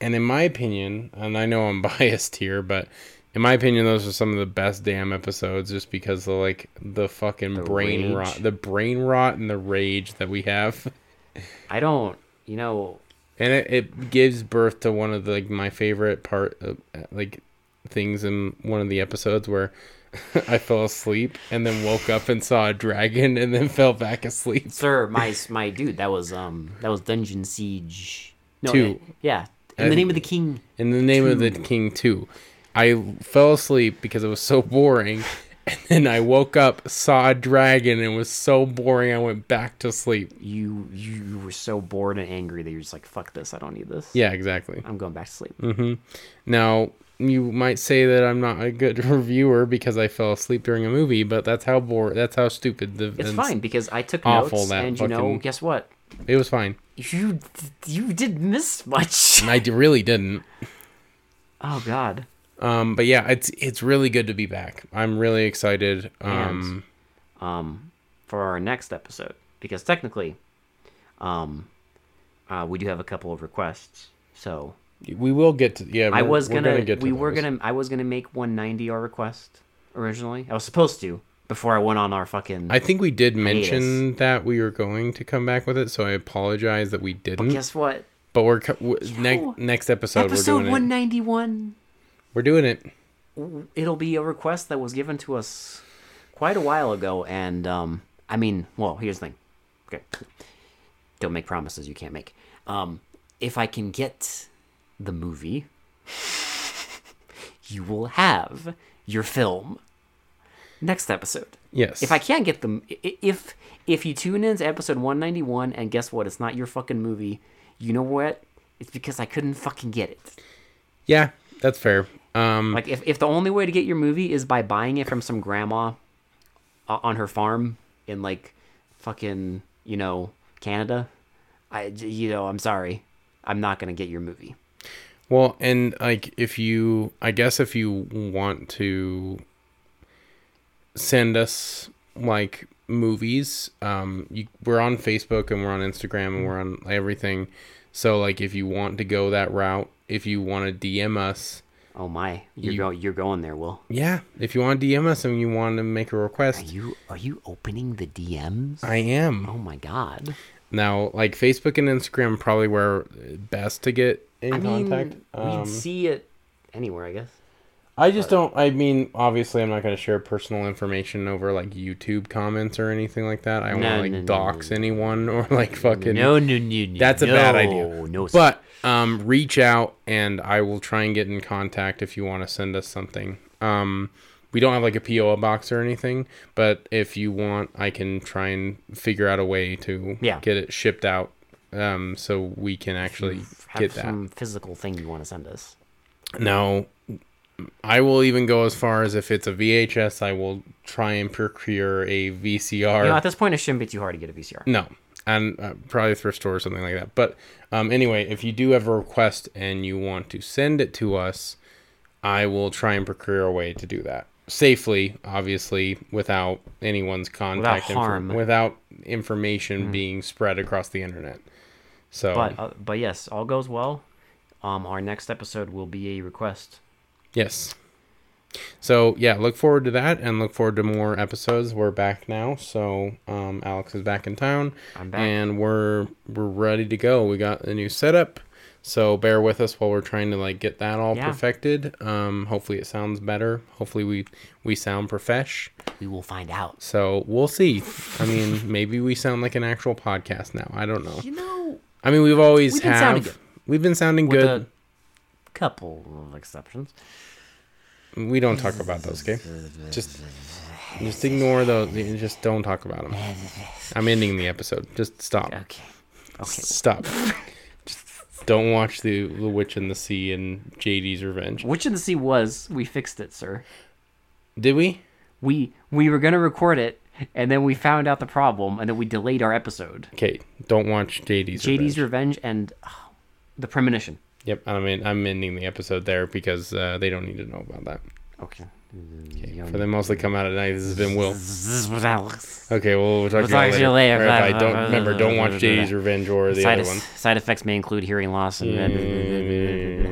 Speaker 1: and in my opinion, and I know I'm biased here, but in my opinion, those are some of the best damn episodes, just because of like the fucking brain
Speaker 2: rage.
Speaker 1: rot, the brain rot, and the rage that we have,
Speaker 2: I don't. You know.
Speaker 1: and it, it gives birth to one of the, like my favorite part, of, uh, like things in one of the episodes where I fell asleep and then woke up and saw a dragon and then fell back asleep.
Speaker 2: sir my my dude that was um that was dungeon siege no
Speaker 1: Two.
Speaker 2: eh, yeah In the name of the king.
Speaker 1: in the name of the king too. I fell asleep because it was so boring, and then I woke up, saw a dragon, and it was so boring. I went back to sleep.
Speaker 2: You you were so bored and angry that you're just like, fuck this, I don't need this.
Speaker 1: Yeah, Mm-hmm. exactly.
Speaker 2: I'm going back to sleep.
Speaker 1: Now you might say that I'm not a good reviewer because I fell asleep during a movie, but that's how bored. That's how stupid the.
Speaker 2: It's
Speaker 1: and
Speaker 2: fine because I took
Speaker 1: awful
Speaker 2: notes
Speaker 1: that
Speaker 2: and you know,
Speaker 1: fucking-
Speaker 2: guess what?
Speaker 1: It was fine.
Speaker 2: You you did miss much.
Speaker 1: I d- really didn't.
Speaker 2: Oh god.
Speaker 1: Um, but yeah, it's it's really good to be back. I'm really excited. Um,
Speaker 2: um, for our next episode because technically, um, uh, we do have a couple of requests. So
Speaker 1: we will get to yeah.
Speaker 2: I
Speaker 1: we're-
Speaker 2: was
Speaker 1: we're
Speaker 2: gonna,
Speaker 1: get to
Speaker 2: we were
Speaker 1: those.
Speaker 2: gonna, I was gonna make 190 our request originally. I was supposed to before I went on our fucking.
Speaker 1: I think we did
Speaker 2: hiatus.
Speaker 1: mention that we were going to come back with it, so I apologize that we didn't. But,
Speaker 2: guess what?
Speaker 1: we're co- w-
Speaker 2: Yo.
Speaker 1: ne- next episode,
Speaker 2: Episode
Speaker 1: we're doing it.
Speaker 2: 191.
Speaker 1: We're doing it.
Speaker 2: It'll be a request that was given to us quite a while ago, and um, I mean, well, here's the thing. Okay, don't make promises you can't make. Um, if I can get the movie, you will have your film next episode.
Speaker 1: Yes.
Speaker 2: If I can't get them, i- i- if if you tune in to episode 191 and guess what, it's not your fucking movie. You know what? It's because I couldn't fucking get it.
Speaker 1: yeah, that's fair. Um,
Speaker 2: Like if, if the only way to get your movie is by buying it from some grandma o- on her farm in like fucking, you know, Canada, I j- you know, I'm sorry. I'm not going to get your movie.
Speaker 1: well, and like if you, I guess if you want to send us like movies, um, you, we're on Facebook and we're on Instagram and we're on everything. So like if you want to go that route, if you want to DM us,
Speaker 2: Oh my. You're go, you're going there, Will.
Speaker 1: yeah, if you want to DM us and you want to make a request,
Speaker 2: Are you are you opening the DMs?
Speaker 1: I am.
Speaker 2: Oh my god.
Speaker 1: Now, like Facebook and Instagram probably where best to get in
Speaker 2: I mean,
Speaker 1: contact.
Speaker 2: we'd
Speaker 1: Um,
Speaker 2: see it anywhere, I guess.
Speaker 1: I just don't. I mean, obviously, I'm not going to share personal information over like YouTube comments or anything like that. I don't want
Speaker 2: No,
Speaker 1: to like
Speaker 2: no, no,
Speaker 1: dox anyone or like fucking.
Speaker 2: no, no. no
Speaker 1: that's a bad idea.
Speaker 2: No, sir.
Speaker 1: But um, reach out and I will try and get in contact if you want to send us something. Um, we don't have like a PO box or anything, but if you want, I can try and figure out a way to
Speaker 2: Yeah.
Speaker 1: get it shipped out um, so we can actually
Speaker 2: have
Speaker 1: get that.
Speaker 2: some physical thing you want to send us.
Speaker 1: Now, I will even go as far as if it's a VHS, I will try and procure a VCR.
Speaker 2: You know, at this point, it shouldn't be too hard to get a VCR.
Speaker 1: No, and uh, probably a thrift store or something like that. But um, anyway, if you do have a request and you want to send it to us, I will try and procure a way to do that safely, obviously, without anyone's contact info-
Speaker 2: harm. Mm-hmm.
Speaker 1: without information being spread across the internet. So,
Speaker 2: But uh, but yes, all goes well. Um, our next episode will be a request.
Speaker 1: Yes. So yeah, look forward to that and look forward to more episodes. We're back now, so um, Alex is back in town.
Speaker 2: I'm back.
Speaker 1: and we're we're ready to go. We got a new setup, so bear with us while we're trying to like get that all
Speaker 2: Yeah.
Speaker 1: perfected. Um, hopefully it sounds better. Hopefully we we sound profesh.
Speaker 2: We will find out.
Speaker 1: So we'll see. I mean, maybe we sound like an actual podcast now. I don't know.
Speaker 2: You know,
Speaker 1: I mean, we've always
Speaker 2: We've been sounding
Speaker 1: have
Speaker 2: good.
Speaker 1: we've been sounding
Speaker 2: with
Speaker 1: good.
Speaker 2: a couple of exceptions.
Speaker 1: We don't talk about those, okay? Just, just ignore those. you Just don't talk about them. I'm ending the episode. Just stop.
Speaker 2: Okay. Okay.
Speaker 1: Stop. just don't watch the The Witch in the Sea and JD's Revenge.
Speaker 2: Which in the Sea was we fixed it, sir.
Speaker 1: Did we?
Speaker 2: We we were gonna record it, and then we found out the problem, and then we delayed our episode.
Speaker 1: Okay. Don't watch JD's. Revenge.
Speaker 2: JD's Revenge and oh, the Premonition.
Speaker 1: Yep. I mean, I'm ending the episode there because uh, they don't need to know about that.
Speaker 2: Okay.
Speaker 1: For them mostly come out at night. This has been Will.
Speaker 2: This is what Alex.
Speaker 1: Okay. Well, we'll talk,
Speaker 2: We'll talk
Speaker 1: to you all later. Bye. Bye. Don't remember. Don't watch JD's Revenge or the
Speaker 2: Side,
Speaker 1: other one. Mm.
Speaker 2: side effects may include hearing loss and.